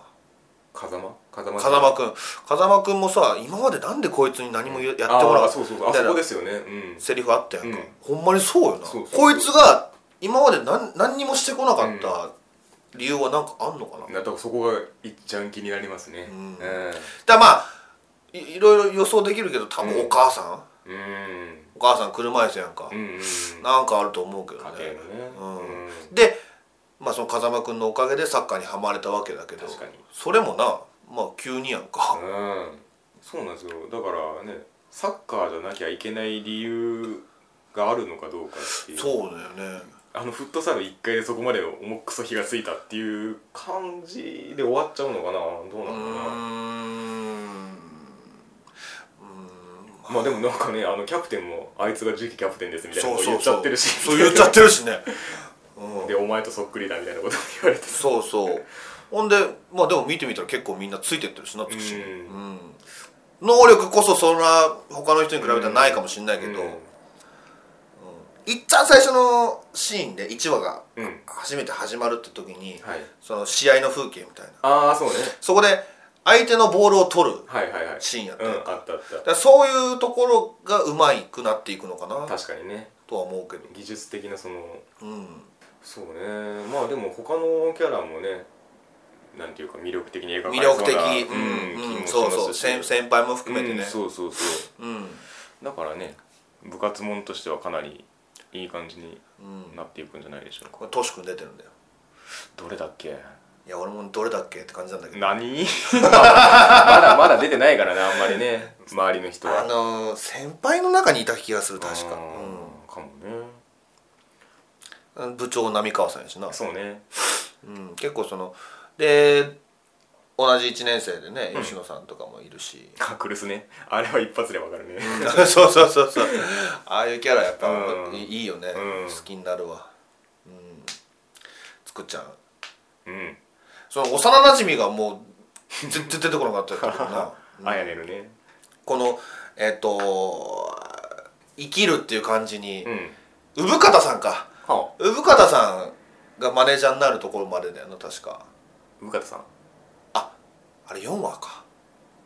Speaker 1: 風間風間
Speaker 2: 風間君風間君もさ今までなんでこいつに何もやってもらわなか
Speaker 1: あー
Speaker 2: った
Speaker 1: そうそうそう
Speaker 2: み
Speaker 1: あ
Speaker 2: たい
Speaker 1: そ
Speaker 2: な
Speaker 1: こですよねうん
Speaker 2: セリフあったやんか、
Speaker 1: うん
Speaker 2: ほんまにそうよな
Speaker 1: そうそうそう
Speaker 2: こいつが今まで何何にもしてこなかった理由はなんかあんのかな、だか
Speaker 1: だからそこが一ちゃん気になりますね
Speaker 2: うん
Speaker 1: え
Speaker 2: らまあいいろいろ予想できるけど多分お母さん、
Speaker 1: えうん
Speaker 2: お母さん車椅子やんか、
Speaker 1: うんうん
Speaker 2: なんかあると思うけどね
Speaker 1: 家庭のね
Speaker 2: うん
Speaker 1: うん
Speaker 2: で、まあ、その風間君のおかげでサッカーにはまれたわけだけど
Speaker 1: 確かに
Speaker 2: それもなまあ急にやんか、
Speaker 1: うんそうなんですよだからねサッカーじゃなきゃいけない理由があるのかどうかっていう
Speaker 2: そうだよね
Speaker 1: あのフットサル1回でそこまで重くそ火がついたっていう感じで終わっちゃうのかなどう
Speaker 2: う
Speaker 1: な
Speaker 2: ー
Speaker 1: のかなんまあでもなんかねあのキャプテンもあいつが次期キャプテンですみたいな
Speaker 2: そ
Speaker 1: こと
Speaker 2: うそ
Speaker 1: 言
Speaker 2: う
Speaker 1: っちゃ
Speaker 2: そ
Speaker 1: って
Speaker 2: う
Speaker 1: るし
Speaker 2: そう言っちゃってるしね、うん、
Speaker 1: でお前とそっくりだみたいなことも言われてさ
Speaker 2: そうそうほんでまあでも見てみたら結構みんなついてってるしなつくし、
Speaker 1: う
Speaker 2: うんん能力こそそんな他の人に比べたらないかもしれないけど、
Speaker 1: うん
Speaker 2: 一旦最初のシーンで1話が
Speaker 1: うん
Speaker 2: 初めて始まるって時に、
Speaker 1: はい
Speaker 2: その試合の風景みたいな
Speaker 1: ああそうね
Speaker 2: そこで相手のボールを取る
Speaker 1: はいはいはい
Speaker 2: シーンやった
Speaker 1: うん
Speaker 2: やん
Speaker 1: あ
Speaker 2: か
Speaker 1: ったあっ
Speaker 2: だからそういうところがうまくなっていくのか
Speaker 1: た
Speaker 2: な
Speaker 1: 確かにね
Speaker 2: とは思うけど
Speaker 1: 技術的なその
Speaker 2: うん
Speaker 1: そうねまあでも他のキャラもねなんていうか魅力的に描かれ
Speaker 2: 魅
Speaker 1: そうな
Speaker 2: 力的
Speaker 1: うん気
Speaker 2: うん、うん、
Speaker 1: もし
Speaker 2: そうそ
Speaker 1: ま
Speaker 2: う
Speaker 1: すし
Speaker 2: 先先輩も含めて
Speaker 1: うん
Speaker 2: ね
Speaker 1: そうそうそう
Speaker 2: うん、うん
Speaker 1: だからね部活もんとしてはかなりいい感じになっていくんじゃないでしょうか
Speaker 2: これトシ君出てるんだよ
Speaker 1: どれだっけ
Speaker 2: いや俺もどれだっけって感じなんだけど
Speaker 1: 何 まだまだ出てないからなあんまり ね周りの人は
Speaker 2: あのー先輩の中にいた気がする確か、
Speaker 1: うんかもね
Speaker 2: うん、部長浪川さんやしな
Speaker 1: そうね
Speaker 2: うん、結構そので同じ1年生でね、吉野さんとかもいるし
Speaker 1: あクルスねあれは一発でわかるね
Speaker 2: そうそうそうそうああいうキャラやっぱ、
Speaker 1: うん
Speaker 2: いいいよね、
Speaker 1: うん
Speaker 2: 好きになるわうんつくっちゃん
Speaker 1: うん
Speaker 2: その幼なじみがもう 絶対出てこなかったからな
Speaker 1: あやねるね
Speaker 2: このえっ、と生きるっていう感じに
Speaker 1: うん
Speaker 2: 産方さんか
Speaker 1: はあ
Speaker 2: 産方さんがマネージャーになるところまでだよな確か
Speaker 1: 向方さん
Speaker 2: ああれ4話か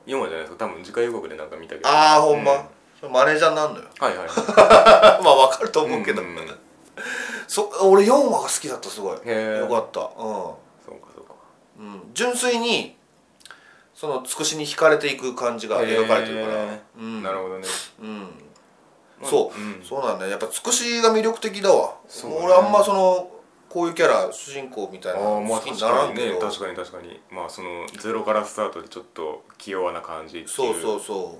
Speaker 1: 4話じゃないですか多分次回予告でなんか見たけど
Speaker 2: ああほんま、
Speaker 1: うん
Speaker 2: それマネージャーになるのよ
Speaker 1: はいはい
Speaker 2: まあわかると思うけど、
Speaker 1: うんうんうん
Speaker 2: そ俺4話が好きだったすごい
Speaker 1: へー
Speaker 2: よかったう
Speaker 1: そうかそうか
Speaker 2: ん、うん、純粋にそのつくしに惹かれていく感じが描かれてるから、
Speaker 1: へー
Speaker 2: うん
Speaker 1: なるほどね
Speaker 2: うん
Speaker 1: まあ
Speaker 2: そう、
Speaker 1: うん
Speaker 2: そうなんだよやっぱつくしが魅力的だわ、
Speaker 1: そうだね
Speaker 2: 俺あんまそのこういうキャラ主人公みたいな
Speaker 1: ああ
Speaker 2: の
Speaker 1: まあ
Speaker 2: 好き
Speaker 1: 確
Speaker 2: になら
Speaker 1: か
Speaker 2: ん
Speaker 1: に
Speaker 2: け
Speaker 1: ね
Speaker 2: ど、
Speaker 1: 確かに確かにまあそのゼロからスタートでちょっと器用な感じっていう
Speaker 2: そうそうそ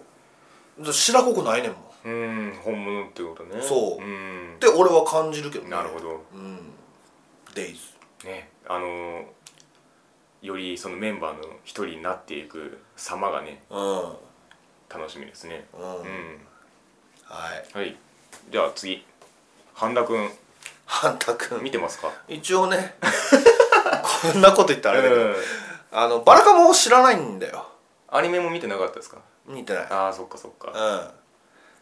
Speaker 2: う白濃くないねんもんっ
Speaker 1: うん本物ってことね
Speaker 2: そ
Speaker 1: う
Speaker 2: う
Speaker 1: ん
Speaker 2: て俺は感じるけどね
Speaker 1: なるほど
Speaker 2: うんデイズ
Speaker 1: ねあのーよりそのメンバーの一人になっていく様がね
Speaker 2: うんうん、
Speaker 1: 楽しみですねうん、
Speaker 2: はい
Speaker 1: はいじゃあ次半田君
Speaker 2: ハンタ君
Speaker 1: 見てますか
Speaker 2: 一応ね こんなこと言った
Speaker 1: あ
Speaker 2: らあれだけど、
Speaker 1: うん
Speaker 2: あのバラカモを知らないんだよ
Speaker 1: アニメも見てなかったですか
Speaker 2: 見てない
Speaker 1: ああそっかそっか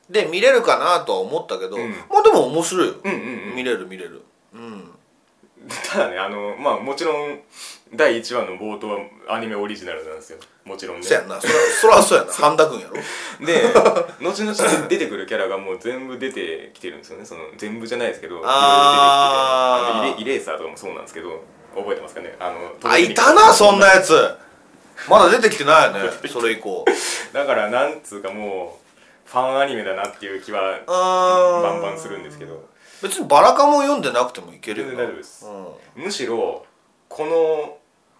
Speaker 2: うんで見れるかなとは思ったけど、
Speaker 1: うん
Speaker 2: まあでも面白いよ、
Speaker 1: うんうん うん
Speaker 2: 見れる見れるうん
Speaker 1: ただねあのまあもちろん第1話の冒頭はアニメオリジナルなんですよもちろんね
Speaker 2: そやんなそらそら そうやな半田君やろ
Speaker 1: で 後々出てくるキャラがもう全部出てきてるんですよねその全部じゃないですけどいろいろ出てきてて
Speaker 2: あ
Speaker 1: あ
Speaker 2: ー
Speaker 1: のイレイレーサーとかもそうなんですけど覚えてますかねあの
Speaker 2: あいたなそんなやつまだ出てきてないよねそれ 以降う
Speaker 1: だからなんつうかもうファンアニメだなっていう気は
Speaker 2: ーん
Speaker 1: バンバンするんですけど
Speaker 2: 別にバラカモを読んでなくてもいけるよな
Speaker 1: 全然大丈夫です
Speaker 2: うん
Speaker 1: むしろこの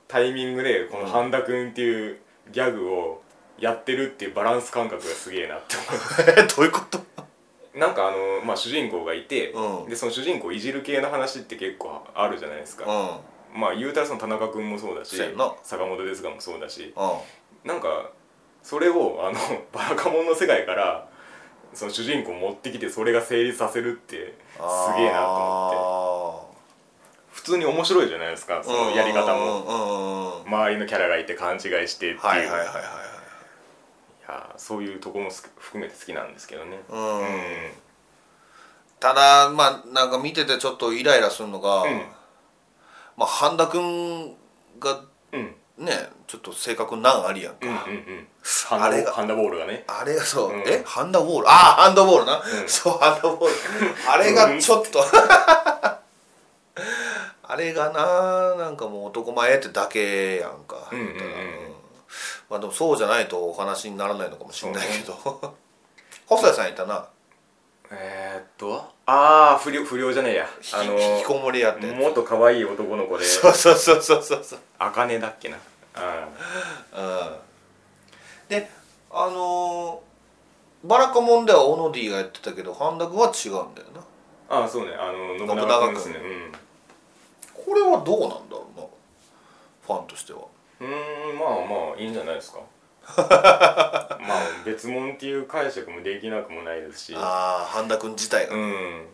Speaker 1: タイミングでこの半田君っていうギャグをやってるっていうバランス感覚がすげえなって思う
Speaker 2: えどういうこと
Speaker 1: なんかあの、まあ、主人公がいて、
Speaker 2: うん
Speaker 1: でその主人公いじる系の話って結構あるじゃないですか、
Speaker 2: う
Speaker 1: まあ言うたらその田中君もそうだし
Speaker 2: そうやな
Speaker 1: 坂本ですがもそうだし
Speaker 2: んうん
Speaker 1: なんかそれをあの バラカモンの世界からその主人公持ってきてそれが成立させるってすげえなと思って
Speaker 2: 思っ
Speaker 1: 普通に面白いじゃないですかそのやり方も
Speaker 2: もうんうん
Speaker 1: 周りのキャラがいて勘違いしてっていう、
Speaker 2: はいはいはいはい
Speaker 1: いやそういうとこもすく含めて好きなんですけどね
Speaker 2: はいうん
Speaker 1: うん
Speaker 2: ただまあなんか見ててちょっとイライラするのが、
Speaker 1: うん
Speaker 2: まあ半田君が
Speaker 1: うん
Speaker 2: ねちょっと正確なんありやんか、
Speaker 1: うんうんうんハンダ
Speaker 2: あれが
Speaker 1: ハンダボールがね
Speaker 2: あれがそう、
Speaker 1: うん
Speaker 2: えハンダボール ああハンドボールな、
Speaker 1: ん
Speaker 2: そうハンドボールあれがちょっと あれがななんかもう男前ってだけやんか、
Speaker 1: うんうんうん
Speaker 2: 言ったらまあでもそうじゃないとお話にならないのかもしれないけ ど、細谷さんいたな
Speaker 1: えー、っとああ不良不良じゃねえや
Speaker 2: ひ
Speaker 1: あの
Speaker 2: 引きこもりやって
Speaker 1: もっと可愛い男の子で
Speaker 2: そうそうそうそうそうそう
Speaker 1: 茜だっけなあ
Speaker 2: うんであのーバラカモンではオノディがやってたけど半田君は違うんだよな
Speaker 1: あーそうねあの信
Speaker 2: 信長
Speaker 1: 長君
Speaker 2: 君
Speaker 1: ですねうん
Speaker 2: これはどうなんだろうなファンとしては
Speaker 1: うーんまあまあいいんじゃないです かまあ別物っていう解釈もできなくもないですし
Speaker 2: ああ半田君自体が、
Speaker 1: うん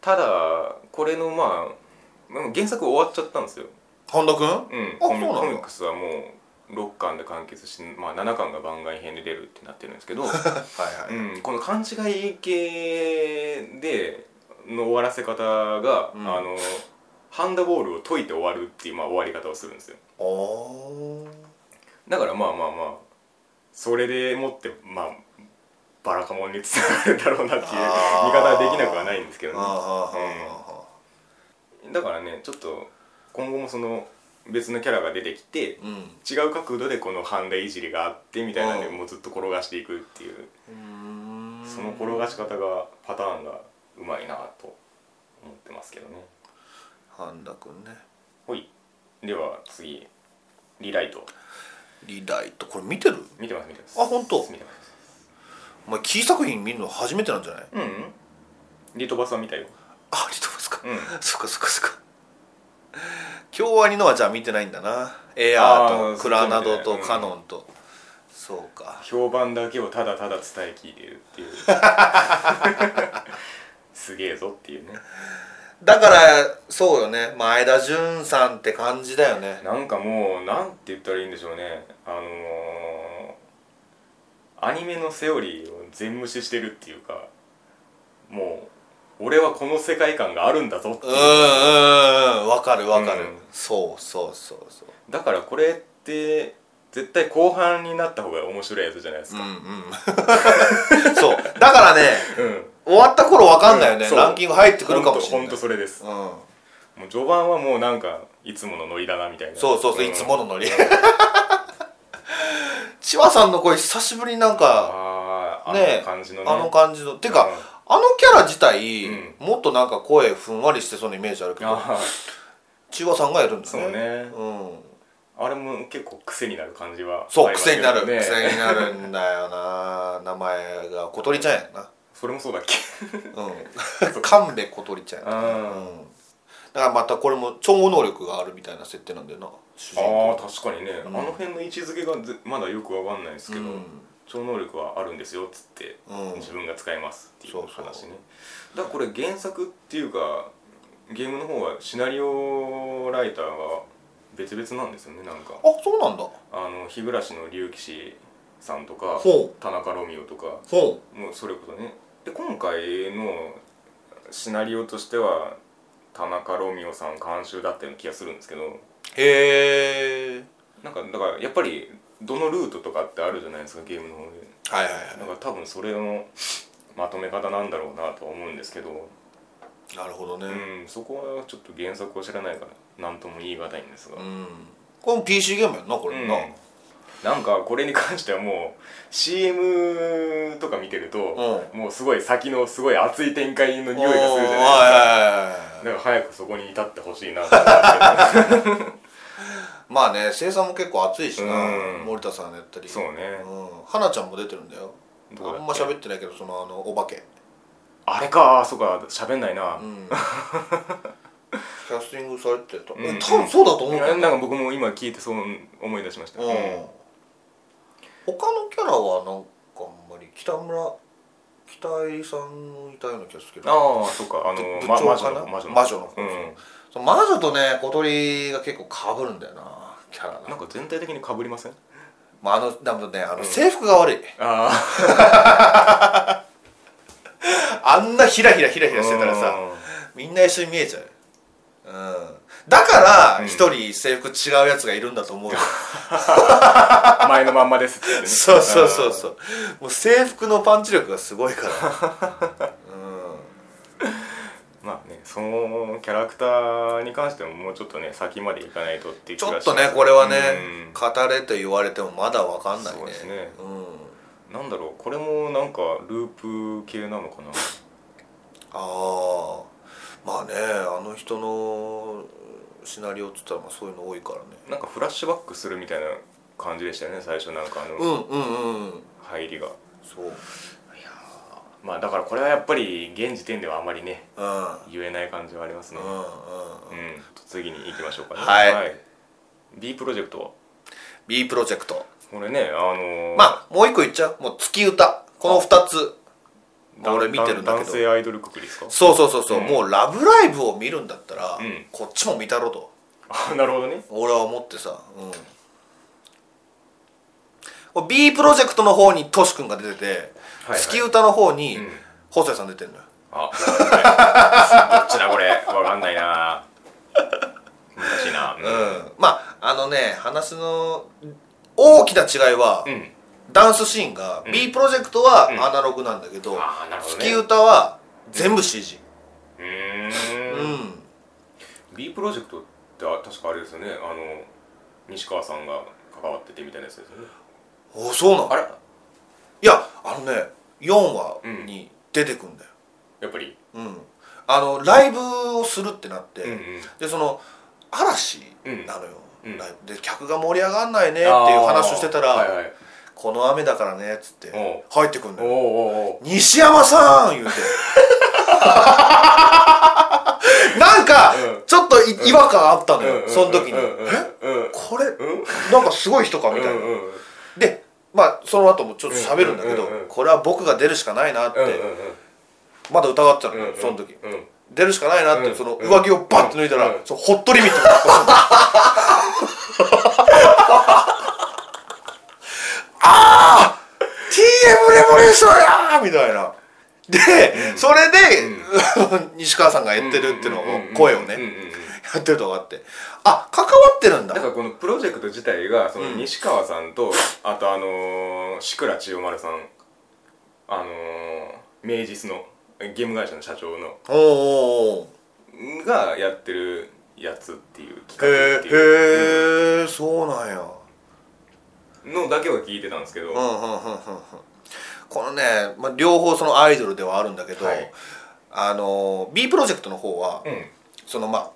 Speaker 1: ただこれのまあでも原作終わっちゃったんですよ、
Speaker 2: 半田君
Speaker 1: うん、
Speaker 2: そう
Speaker 1: コミ
Speaker 2: なんだ
Speaker 1: コミックスはもう6巻で完結し、まあ、7巻が番外編で出るってなってるんですけ ど、
Speaker 2: はいはい、
Speaker 1: うん、この勘違い系での終わらせ方が、
Speaker 2: うん
Speaker 1: あのハンダボールを解いて終わるっていう、まあ、終わり方をするんですよ
Speaker 2: おー
Speaker 1: だからまあまあまあそれでもってまあバラカモンにつながるんだろうなっていう見
Speaker 2: あー
Speaker 1: 方はできなくはないんですけ
Speaker 2: あ
Speaker 1: ど
Speaker 2: ー
Speaker 1: ね
Speaker 2: はあはあは
Speaker 1: だからねちょっと今後もその別のキャラが出てきて
Speaker 2: あうん
Speaker 1: 違う角度でこのハンダいじりがあってみたいなんで
Speaker 2: うん
Speaker 1: もうずっと転がしていくっていう
Speaker 2: うーん
Speaker 1: その転がし方がパターンがうまいなと思ってますけどね
Speaker 2: 半田君ね
Speaker 1: ほいでは次リライト
Speaker 2: リライトこれ見てる
Speaker 1: 見てます見てます
Speaker 2: あ本当
Speaker 1: 見てます
Speaker 2: お前キー作品見るの初めてなんじゃない
Speaker 1: うんうんリトバスは見たよ
Speaker 2: あリトバスか、
Speaker 1: うん
Speaker 2: そっかそっかそっか京アニのはじゃあ見てないんだなエア
Speaker 1: あー
Speaker 2: ーとクラナド
Speaker 1: そう
Speaker 2: と
Speaker 1: ねうん
Speaker 2: カノンとそうか
Speaker 1: 評判だけをただただ伝え聞いているっていう すげえぞっていうね
Speaker 2: だからそうよね前田純さんって感じだよね
Speaker 1: なんかもうなんて言ったらいいんでしょうねあのー、アニメのセオリーを全無視してるっていうかもう俺はこの世界観があるんだぞって
Speaker 2: う
Speaker 1: い
Speaker 2: ん
Speaker 1: う
Speaker 2: うんうんわかるわかる、
Speaker 1: うん
Speaker 2: そうそうそうそう
Speaker 1: だからこれって絶対後半になった方が面白いやつじゃないです
Speaker 2: うん
Speaker 1: か、
Speaker 2: うんそうだからね
Speaker 1: うん、
Speaker 2: 終わった頃わかんないよね、
Speaker 1: うんそう
Speaker 2: ランキング入ってくるかもしれ
Speaker 1: ほ
Speaker 2: なんい
Speaker 1: とそれです
Speaker 2: うん
Speaker 1: もう序盤はもうなんかいつものノリだなみたいな
Speaker 2: そうそうそう、
Speaker 1: ん
Speaker 2: いつものノリ千葉さんの声久しぶりになんか
Speaker 1: あああ
Speaker 2: ね
Speaker 1: の感じのね
Speaker 2: あの感じのてか、
Speaker 1: うん
Speaker 2: あのキャラ自体、
Speaker 1: うん
Speaker 2: もっとなんか声ふんわりしてそうなイメージあるけど
Speaker 1: あ
Speaker 2: 千葉さんがやるんですね
Speaker 1: そうね
Speaker 2: うん
Speaker 1: ああれも結構癖になる感じはあ
Speaker 2: そう
Speaker 1: ります
Speaker 2: 癖
Speaker 1: け
Speaker 2: に
Speaker 1: ど
Speaker 2: なる、
Speaker 1: ね
Speaker 2: 癖になるんだよな名前が小鳥ちゃんやな
Speaker 1: それもそうだっけ
Speaker 2: うん 神戸小鳥ちゃんやな、
Speaker 1: う
Speaker 2: うん
Speaker 1: ん
Speaker 2: だからまたこれも超能力があるみたいな設定なんだよな主人
Speaker 1: ああ
Speaker 2: 公
Speaker 1: 確かにね、
Speaker 2: ん
Speaker 1: あの辺の位置づけがぜまだよくわかんないですけど、
Speaker 2: うん
Speaker 1: 超能力はあるんですよっつって、
Speaker 2: うん
Speaker 1: 自分が使えますっていう話ね
Speaker 2: そうそう
Speaker 1: だからこれ原作っていうかゲームの方はシナリオライターが別々なんですよねなんか
Speaker 2: あそうなんだ
Speaker 1: あの日暮らしの竜騎士さんとか
Speaker 2: ほ
Speaker 1: 田中ロミオとか
Speaker 2: ほ
Speaker 1: もうそれこそねで今回のシナリオとしては田中ロミオさん監修だったような気がするんですけど
Speaker 2: うへえ
Speaker 1: なんかだからやっぱりどのルートとかってあるじゃないですかゲームの方で
Speaker 2: はいはい
Speaker 1: だから多分それのまとめ方なんだろうなとは思うんですけど
Speaker 2: いなるほどね
Speaker 1: うんそこはちょっと原作を知らないから何とも言い難いんですが
Speaker 2: うん、これも PC ゲームやんなこれな、
Speaker 1: うんなんかこれに関してはもう CM とか見てると、もうすごい先のすごい熱い展開の匂いがするじゃないですかだ
Speaker 2: い
Speaker 1: から早くそこに至ってほしいなと思って
Speaker 2: まあね生産も結構熱いしな、
Speaker 1: うん
Speaker 2: 森田さんやった り
Speaker 1: そうね
Speaker 2: うん、花ちゃんも出てるんだよ
Speaker 1: どこだっけ
Speaker 2: あんま喋ってないけどそのあのお化け
Speaker 1: あれかそうか喋んないな
Speaker 2: う、んキャスティングされてた、
Speaker 1: うん
Speaker 2: え多分そうだと思うけど
Speaker 1: なんか僕も今聞いてそう思い出しました、
Speaker 2: うん、他のキャラはなんかあんまり北村北入さんもいたような気がするけど
Speaker 1: ああそうかあの、
Speaker 2: 部
Speaker 1: ま、魔
Speaker 2: 長
Speaker 1: 女
Speaker 2: かな
Speaker 1: の魔女の
Speaker 2: 魔女の方
Speaker 1: うん
Speaker 2: その魔女とね小鳥が結構かぶるんだよなキャラ
Speaker 1: な
Speaker 2: が
Speaker 1: ん、か全体的に被りません
Speaker 2: まあ、あの多分ねあの
Speaker 1: うん
Speaker 2: 制服が悪い、
Speaker 1: ああ
Speaker 2: あんなひらひらひらひらしてたらさみんな一緒に見えちゃううんだから
Speaker 1: うん
Speaker 2: 一人制服違うやつがいるんだと思うよ
Speaker 1: 前のまんまですって言ってね
Speaker 2: そうそうそうそうもう制服のパンチ力がすごいから
Speaker 1: うんまあねそのキャラクターに関してももうちょっとね先までいかないとっていう
Speaker 2: ち
Speaker 1: 気
Speaker 2: ょ
Speaker 1: が
Speaker 2: っ
Speaker 1: し
Speaker 2: と
Speaker 1: ます
Speaker 2: ねこれはね
Speaker 1: うん
Speaker 2: 語れと言われてもまだわかんないね
Speaker 1: そうですね
Speaker 2: う
Speaker 1: な
Speaker 2: ん、
Speaker 1: んだろうこれもなんかループ系なのかな
Speaker 2: ああまあねあの人のシナリオっつったらまあそういうの多いからね
Speaker 1: なんかフラッシュバックするみたいな感じでしたよね最初なんかあ
Speaker 2: う
Speaker 1: の
Speaker 2: んうんうん
Speaker 1: 入りが、
Speaker 2: そう
Speaker 1: まあだからこれはやっぱり現時点ではあまりね
Speaker 2: うんうん
Speaker 1: 言えない感じはありますね
Speaker 2: うん
Speaker 1: う、
Speaker 2: うんん
Speaker 1: 次に行きましょうかね
Speaker 2: はい
Speaker 1: B プロジェクトは
Speaker 2: B プロジェクト
Speaker 1: これねあのー
Speaker 2: まあもう一個言っちゃうもう月歌この2つ
Speaker 1: だ
Speaker 2: 俺見てるんだけど
Speaker 1: 男性アイドルくくり ですか
Speaker 2: そうそうそうそう、
Speaker 1: うん
Speaker 2: もう「ラブライブ!」を見るんだったら、
Speaker 1: うん
Speaker 2: こっちも見たろと
Speaker 1: あなる ほどね
Speaker 2: 俺は思ってさ、うんこれ B プロジェクトの方にトシ君が出てて、
Speaker 1: はいはい
Speaker 2: 月歌の方に、
Speaker 1: うん
Speaker 2: 細谷さん出てるのよ
Speaker 1: あなるほどねどっちだこれわかんないな難しいな
Speaker 2: う、
Speaker 1: うん
Speaker 2: まああのね話の大きな違いは、
Speaker 1: ん、うん、
Speaker 2: ダンスシーンが、
Speaker 1: ん
Speaker 2: B プロジェクトは
Speaker 1: うん
Speaker 2: アナログなんだけど、
Speaker 1: あーなるほどね
Speaker 2: 月歌は全部 CG
Speaker 1: う
Speaker 2: う
Speaker 1: ーん
Speaker 2: ん
Speaker 1: B プロジェクトってあ確かあれですよねあの西川さんが関わっててみたいなやつですよね
Speaker 2: おそうなの
Speaker 1: あれ
Speaker 2: いやあのね4話に出てくんだよ、
Speaker 1: やっぱり
Speaker 2: うんあのライブをするってなって、
Speaker 1: うんうん
Speaker 2: でその嵐なのよ、
Speaker 1: うん
Speaker 2: ライブで客が盛り上がんないねっていう話をしてたら「
Speaker 1: はいはい、
Speaker 2: この雨だからね」っつって
Speaker 1: おう
Speaker 2: 入ってくん
Speaker 1: お
Speaker 2: だ
Speaker 1: う
Speaker 2: よ
Speaker 1: おうおう
Speaker 2: 西山さん 言うてなんか、
Speaker 1: うん
Speaker 2: ちょっとい違和感あったの
Speaker 1: うん
Speaker 2: よ、
Speaker 1: うんうん
Speaker 2: その時に、
Speaker 1: うんうんうん
Speaker 2: えこれ、
Speaker 1: ん
Speaker 2: なんかすごい人かみたいな、
Speaker 1: うんうん
Speaker 2: でまあその後もちょっと喋るんだけど、
Speaker 1: うんうんうんうん
Speaker 2: これは僕が出るしかないなって、
Speaker 1: うんうん
Speaker 2: まだ疑ってたのよ、
Speaker 1: うんうん
Speaker 2: その時
Speaker 1: うん
Speaker 2: 出るしかないなって、
Speaker 1: うん
Speaker 2: その上着をバッて脱いだら、
Speaker 1: うん
Speaker 2: そうホットリミット ああ !TM レボリューションやーみたいな。で、それで、 西川さんがやってるっていうのを、声を
Speaker 1: うんうん
Speaker 2: ね、
Speaker 1: うんうん
Speaker 2: やってるとかあって、あ、関わってるんだ。
Speaker 1: だからこのプロジェクト自体がその
Speaker 2: うん
Speaker 1: 西川さんと、あとあのー、志倉千代丸さんあのー、明治スのゲーム会社の社長の
Speaker 2: おーおーおー
Speaker 1: がやってるやつっていう企
Speaker 2: へ
Speaker 1: 画
Speaker 2: ー
Speaker 1: っていう
Speaker 2: へーそうなんや。
Speaker 1: のだけは聞いてたんですけど、
Speaker 2: うんうんうんうんうんこのね、まあ、両方そのアイドルではあるんだけど、
Speaker 1: はい
Speaker 2: あの B プロジェクトの方は、
Speaker 1: うん
Speaker 2: そのまあ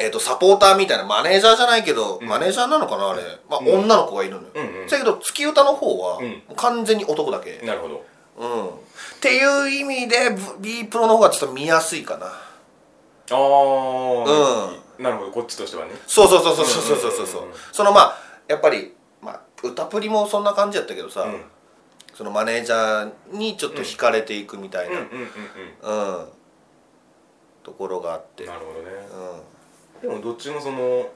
Speaker 2: えー、とサポーターみたいなマネージャーじゃないけど、マネージャーなのかなあれ、まあ、
Speaker 1: うん
Speaker 2: 女の子がいるのよ、
Speaker 1: うんうん
Speaker 2: だけど月歌の方は、
Speaker 1: うん
Speaker 2: 完全に男だけ、
Speaker 1: なるほど
Speaker 2: うん、っていう意味で B プロの方がちょっと見やすいかな
Speaker 1: ああ、なるほどこっちとしてはね
Speaker 2: そうそうそうそうそうそうそうそう,、
Speaker 1: うんうんうんうん
Speaker 2: そのまあやっぱり、まあ、歌プリもそんな感じやったけどさ、
Speaker 1: うんうん
Speaker 2: そのマネージャーにちょっと惹かれていくみたい
Speaker 1: う
Speaker 2: な、
Speaker 1: んうん
Speaker 2: うんところがあって、
Speaker 1: うん
Speaker 2: うん
Speaker 1: なるほどね
Speaker 2: ま
Speaker 1: でもどっちもその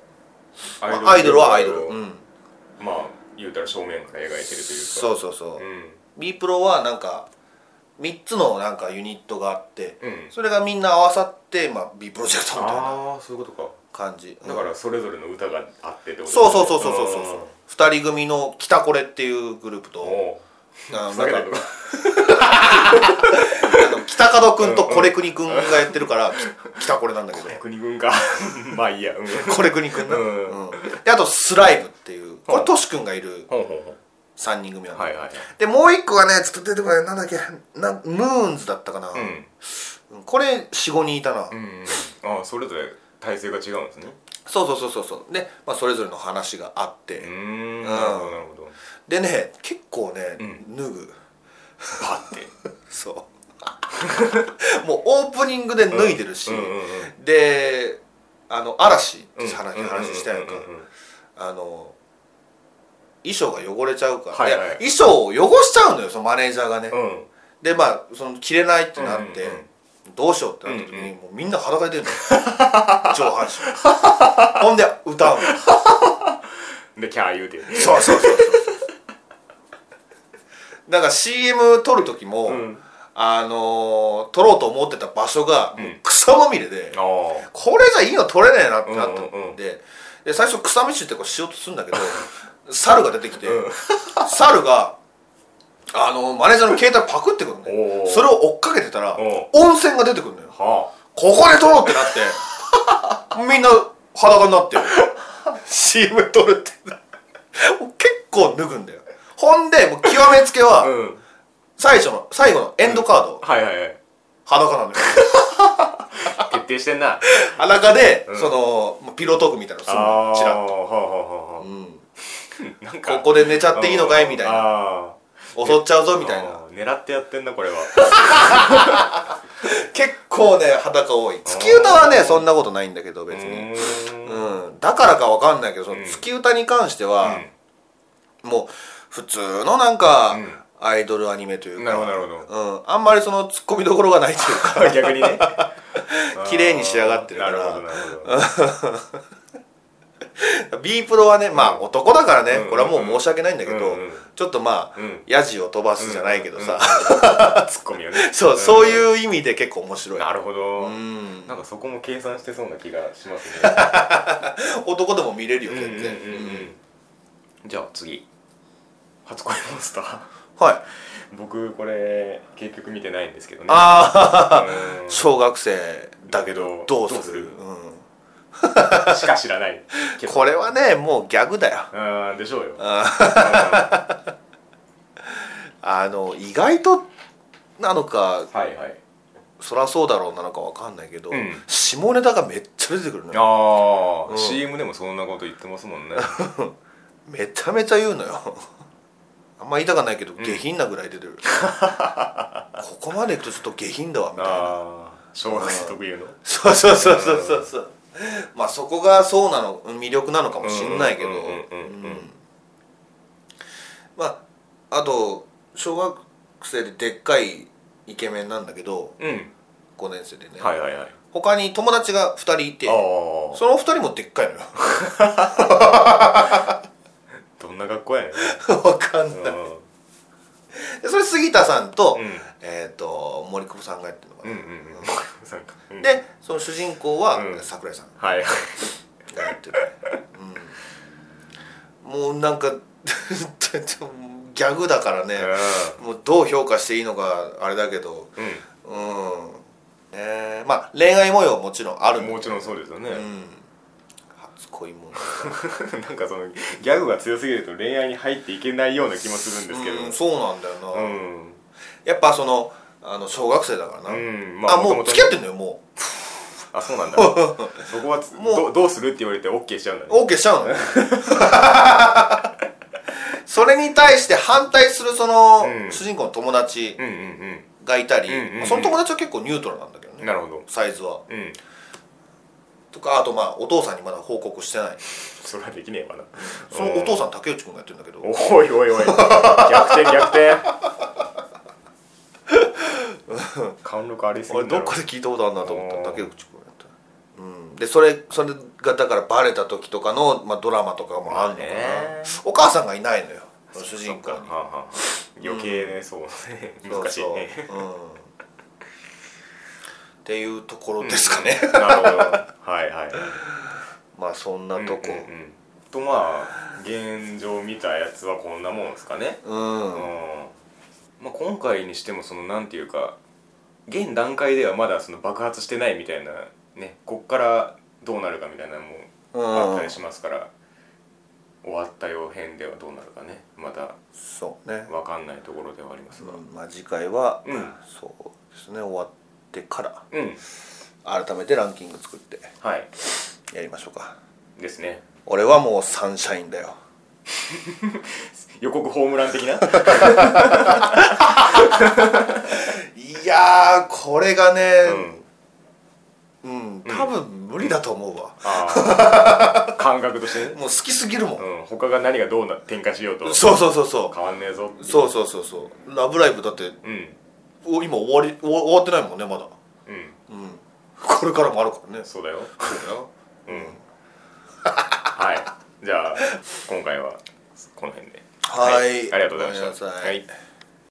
Speaker 1: ア
Speaker 2: あアイドルはアイドル、うん、
Speaker 1: まあ言うたら正面から描いてるというか
Speaker 2: そうそうそう、
Speaker 1: ん
Speaker 2: B プロはなんか3つのなんかユニットがあって、
Speaker 1: うん
Speaker 2: それがみんな合わさって、まあ、B プロジェクトみたいな
Speaker 1: ああそういうことか
Speaker 2: 感じ
Speaker 1: だか
Speaker 2: うん
Speaker 1: らそれぞれの歌があってってこと
Speaker 2: そうそうそうそうそうそう
Speaker 1: う
Speaker 2: 2人組の「キタコレ」っていうグループ
Speaker 1: お
Speaker 2: と
Speaker 1: お
Speaker 2: あの
Speaker 1: ふ
Speaker 2: な
Speaker 1: ざ
Speaker 2: ん
Speaker 1: け
Speaker 2: か
Speaker 1: たとか
Speaker 2: あの北門君とコレクニ君がやってるから「キタコレ」なんだけ ど
Speaker 1: 国軍か まあいいやうん
Speaker 2: コレクニ君な、
Speaker 1: うん
Speaker 2: うんであと「スライブ」っていうこ
Speaker 1: う
Speaker 2: れ
Speaker 1: ん
Speaker 2: トシ君がいる
Speaker 1: ほんほんほん
Speaker 2: 3人組なんだけど
Speaker 1: はいはいはい
Speaker 2: でもう一個がねちょっと出てこないなんだっけなムーンズだったかな、
Speaker 1: うん
Speaker 2: これ45人いたな、
Speaker 1: うんああそれぞれ体勢が違うんですね
Speaker 2: そうそうそうそうそうで、まあ、それぞれの話があって、
Speaker 1: うーんなるほどなるほど
Speaker 2: でね結構ね、
Speaker 1: うん
Speaker 2: 脱ぐ
Speaker 1: パッて
Speaker 2: そうもう オープニングで脱いでるし、
Speaker 1: うんうん
Speaker 2: であの嵐って
Speaker 1: うん
Speaker 2: 話,、話したやんか、
Speaker 1: うんうんうん
Speaker 2: あの衣装が汚れちゃうから、
Speaker 1: はいはい
Speaker 2: や衣装を汚しちゃうのよそのマネージャーがね、
Speaker 1: うんうん
Speaker 2: でまあその着れないってなって、
Speaker 1: うんうん
Speaker 2: どうしようってなった時に、
Speaker 1: うんうん
Speaker 2: もうみんな裸で出るの 上半身ほんで歌うの
Speaker 1: でキャー言うて
Speaker 2: そうそうそうそうだから CM 撮る時も、
Speaker 1: うん
Speaker 2: あのー撮ろうと思ってた場所が
Speaker 1: うん
Speaker 2: もう草まみれで、
Speaker 1: あ
Speaker 2: これじゃいいの撮れねえなってなって、
Speaker 1: うんうんうん
Speaker 2: で最初草道ってこうしようとするんだけど猿が出てきて、猿があのーマネージャーの携帯パクってくるん
Speaker 1: お
Speaker 2: で
Speaker 1: ー
Speaker 2: それを追っかけてたら
Speaker 1: お
Speaker 2: 温泉が出てくるのよ
Speaker 1: あは
Speaker 2: ここで撮ろうってな ってみんな裸になって CM 撮るってもう結構脱ぐんだよほんでもう極めつけ
Speaker 1: あう
Speaker 2: は
Speaker 1: ん
Speaker 2: 最初の最後のエンドカード、
Speaker 1: はいはいはい
Speaker 2: 裸なんだよ
Speaker 1: 決定してんな
Speaker 2: 裸で、
Speaker 1: うん
Speaker 2: そのまあピロートークみたいなのするのチ
Speaker 1: は
Speaker 2: ラ
Speaker 1: あ
Speaker 2: ッと、
Speaker 1: はあはあ
Speaker 2: う
Speaker 1: は
Speaker 2: ん、
Speaker 1: あなんか
Speaker 2: ここで寝ちゃっていいのかいみたいな
Speaker 1: な
Speaker 2: 襲っちゃうぞみたいな
Speaker 1: 狙ってやってんなこれは
Speaker 2: 結構ね裸多い月歌はねそんなことないんだけど
Speaker 1: う
Speaker 2: 別に
Speaker 1: ーん
Speaker 2: うん、だからかわかんないけどその
Speaker 1: うん
Speaker 2: 月歌に関しては、もう普通のなん
Speaker 1: う
Speaker 2: か
Speaker 1: ん
Speaker 2: アイドルアニメという
Speaker 1: なるほど
Speaker 2: か、
Speaker 1: なるほ
Speaker 2: うん、あんまりそのツッコミどころがないという か
Speaker 1: ど逆にね
Speaker 2: 綺麗に仕上がってるから
Speaker 1: なるほどなるほど
Speaker 2: B プロはねまあ
Speaker 1: うん
Speaker 2: 男だからね、
Speaker 1: うん
Speaker 2: これはもう申し訳ないんだけど、
Speaker 1: うんうん
Speaker 2: ちょっとまあ、
Speaker 1: うん
Speaker 2: ヤジを飛ばすじゃないけどさ、
Speaker 1: ツッコミよね
Speaker 2: そうそう
Speaker 1: う
Speaker 2: いう意味で結構面白い
Speaker 1: んなるほど
Speaker 2: うん
Speaker 1: なんかそこも計算してそうな気がしますね
Speaker 2: 男でも見れるよ
Speaker 1: うんうんうん
Speaker 2: 全
Speaker 1: う
Speaker 2: 然、
Speaker 1: んじゃあ次初恋モンスター
Speaker 2: はい
Speaker 1: 僕これ結局見てないんですけどね
Speaker 2: ああ
Speaker 1: うんし
Speaker 2: 小学生だけどどうする
Speaker 1: どうする
Speaker 2: うん、
Speaker 1: か知らないけど
Speaker 2: これはねもうギャグだよ
Speaker 1: うんでしょうよ
Speaker 2: あの意外となのか
Speaker 1: うんはいはい
Speaker 2: そらそうだろうなのかわかんないけど、
Speaker 1: うん
Speaker 2: 下ネタがめっちゃ出てくるのよ
Speaker 1: あ
Speaker 2: うん
Speaker 1: あ CM でもそんなこと言ってますもんね
Speaker 2: めちゃめちゃ言うのよあんま言いたくないけど、下品なぐらい出 てるここまでいくとちょっと下品だわみたいな
Speaker 1: ああ小学生特有の
Speaker 2: そうそうそうそうそうそうまあそこがそうなの魅力なのかもしんないけど
Speaker 1: うんうんうんうんうん
Speaker 2: うんまああと小学生ででっかいイケメンなんだけど
Speaker 1: うん
Speaker 2: 5年生でね、
Speaker 1: はいはいはい
Speaker 2: 他に友達が2人いて
Speaker 1: ああ
Speaker 2: その2人もでっかいのよ
Speaker 1: どんな学校やねん
Speaker 2: わかん
Speaker 1: う
Speaker 2: ない
Speaker 1: ん
Speaker 2: でそれ杉田さんと、
Speaker 1: うん
Speaker 2: えっ、と森久保さんがやってるのか
Speaker 1: うんうん
Speaker 2: な、
Speaker 1: うんなんか うん
Speaker 2: でその主人公は
Speaker 1: うん
Speaker 2: 桜井さん
Speaker 1: はいはい
Speaker 2: がやってる、うん、もうなんか ギャグだからね、もうどう評価していいのかあれだけど
Speaker 1: うん
Speaker 2: うんえー、まあ恋愛模様もちろんある
Speaker 1: も
Speaker 2: んだ
Speaker 1: ちろんそうですよね
Speaker 2: けどうん初恋も
Speaker 1: なんかそのギャグが強すぎると恋愛に入っていけないような気もするんですけ
Speaker 2: うん、
Speaker 1: ど
Speaker 2: そうなんだよな、
Speaker 1: うん
Speaker 2: やっぱそのあの小学生だからな、
Speaker 1: うん
Speaker 2: あ、も
Speaker 1: 元
Speaker 2: う
Speaker 1: 々ね
Speaker 2: 付き合ってんのよも
Speaker 1: あそう なんだそこはつ
Speaker 2: もう
Speaker 1: どどうするって言われて OK しちゃうんだね
Speaker 2: う OK しちゃ うのよ それに対して反対するその、
Speaker 1: うん
Speaker 2: 主人公の友達
Speaker 1: うんうん
Speaker 2: がいたり、
Speaker 1: うんうんうん
Speaker 2: まあその友達は結構ニュートラルなんだけど
Speaker 1: う
Speaker 2: ね
Speaker 1: んなるほど
Speaker 2: サイズは
Speaker 1: うん
Speaker 2: とかあとまあお父さんにまだ報告してない
Speaker 1: それはできねえわな
Speaker 2: そのお父さん竹内くんがやってるんだけど
Speaker 1: おいおいおい逆転逆転貫禄ありすぎ
Speaker 2: 俺
Speaker 1: んだ
Speaker 2: ど
Speaker 1: ろ
Speaker 2: っかで聞いたことあるなと思った
Speaker 1: うん
Speaker 2: 竹内くんがやってるうん、でそれそれがだからバレた時とかの、まあ、ドラマとかもあ
Speaker 1: まあ
Speaker 2: るのかな、
Speaker 1: ね
Speaker 2: お母さんがいないのよ
Speaker 1: そ
Speaker 2: 主人
Speaker 1: っ
Speaker 2: 公
Speaker 1: か
Speaker 2: に
Speaker 1: はあはあはあ余計ねそうね難しいね
Speaker 2: そうそう、うん、っていうところですかね、
Speaker 1: うんなるほどはい はい
Speaker 2: まあそんなとこ
Speaker 1: うんうんうんとまあ現状見たやつはこんなもんですかね
Speaker 2: うん、
Speaker 1: まあ、今回にしてもそのなんていうか現段階ではまだその爆発してないみたいなねこっからどうなるかみたいなのもあったりしますから、終わったよ編ではどうなるかねまだ
Speaker 2: そうね、
Speaker 1: 分かんないところではありますが
Speaker 2: うんまあ、次回は、
Speaker 1: うん
Speaker 2: そうですね終わってから
Speaker 1: うん、
Speaker 2: 改めてランキング作って
Speaker 1: はい
Speaker 2: やりましょうか
Speaker 1: ですね
Speaker 2: 俺はもうサンシャインだよ
Speaker 1: 予告ホームラン的 な
Speaker 2: いやーこれがね
Speaker 1: うん
Speaker 2: うん、多分無理だと思うわ、
Speaker 1: あー感覚としてね、
Speaker 2: もう好きすぎるもん、
Speaker 1: うん、他が何がどうな展開しようと
Speaker 2: そうそうそうそ
Speaker 1: 変わんねえぞ
Speaker 2: うそうそうそうそう「ラブライブ!」だって
Speaker 1: ううん
Speaker 2: お今終わり終わ終わってないもんねまだ
Speaker 1: うん
Speaker 2: うんこれからもあるからね
Speaker 1: そうだよ
Speaker 2: そうだよ
Speaker 1: うん、はいじゃあ今回はこの辺で
Speaker 2: はい
Speaker 1: ありがとうございました
Speaker 2: ごめんなさい
Speaker 1: はい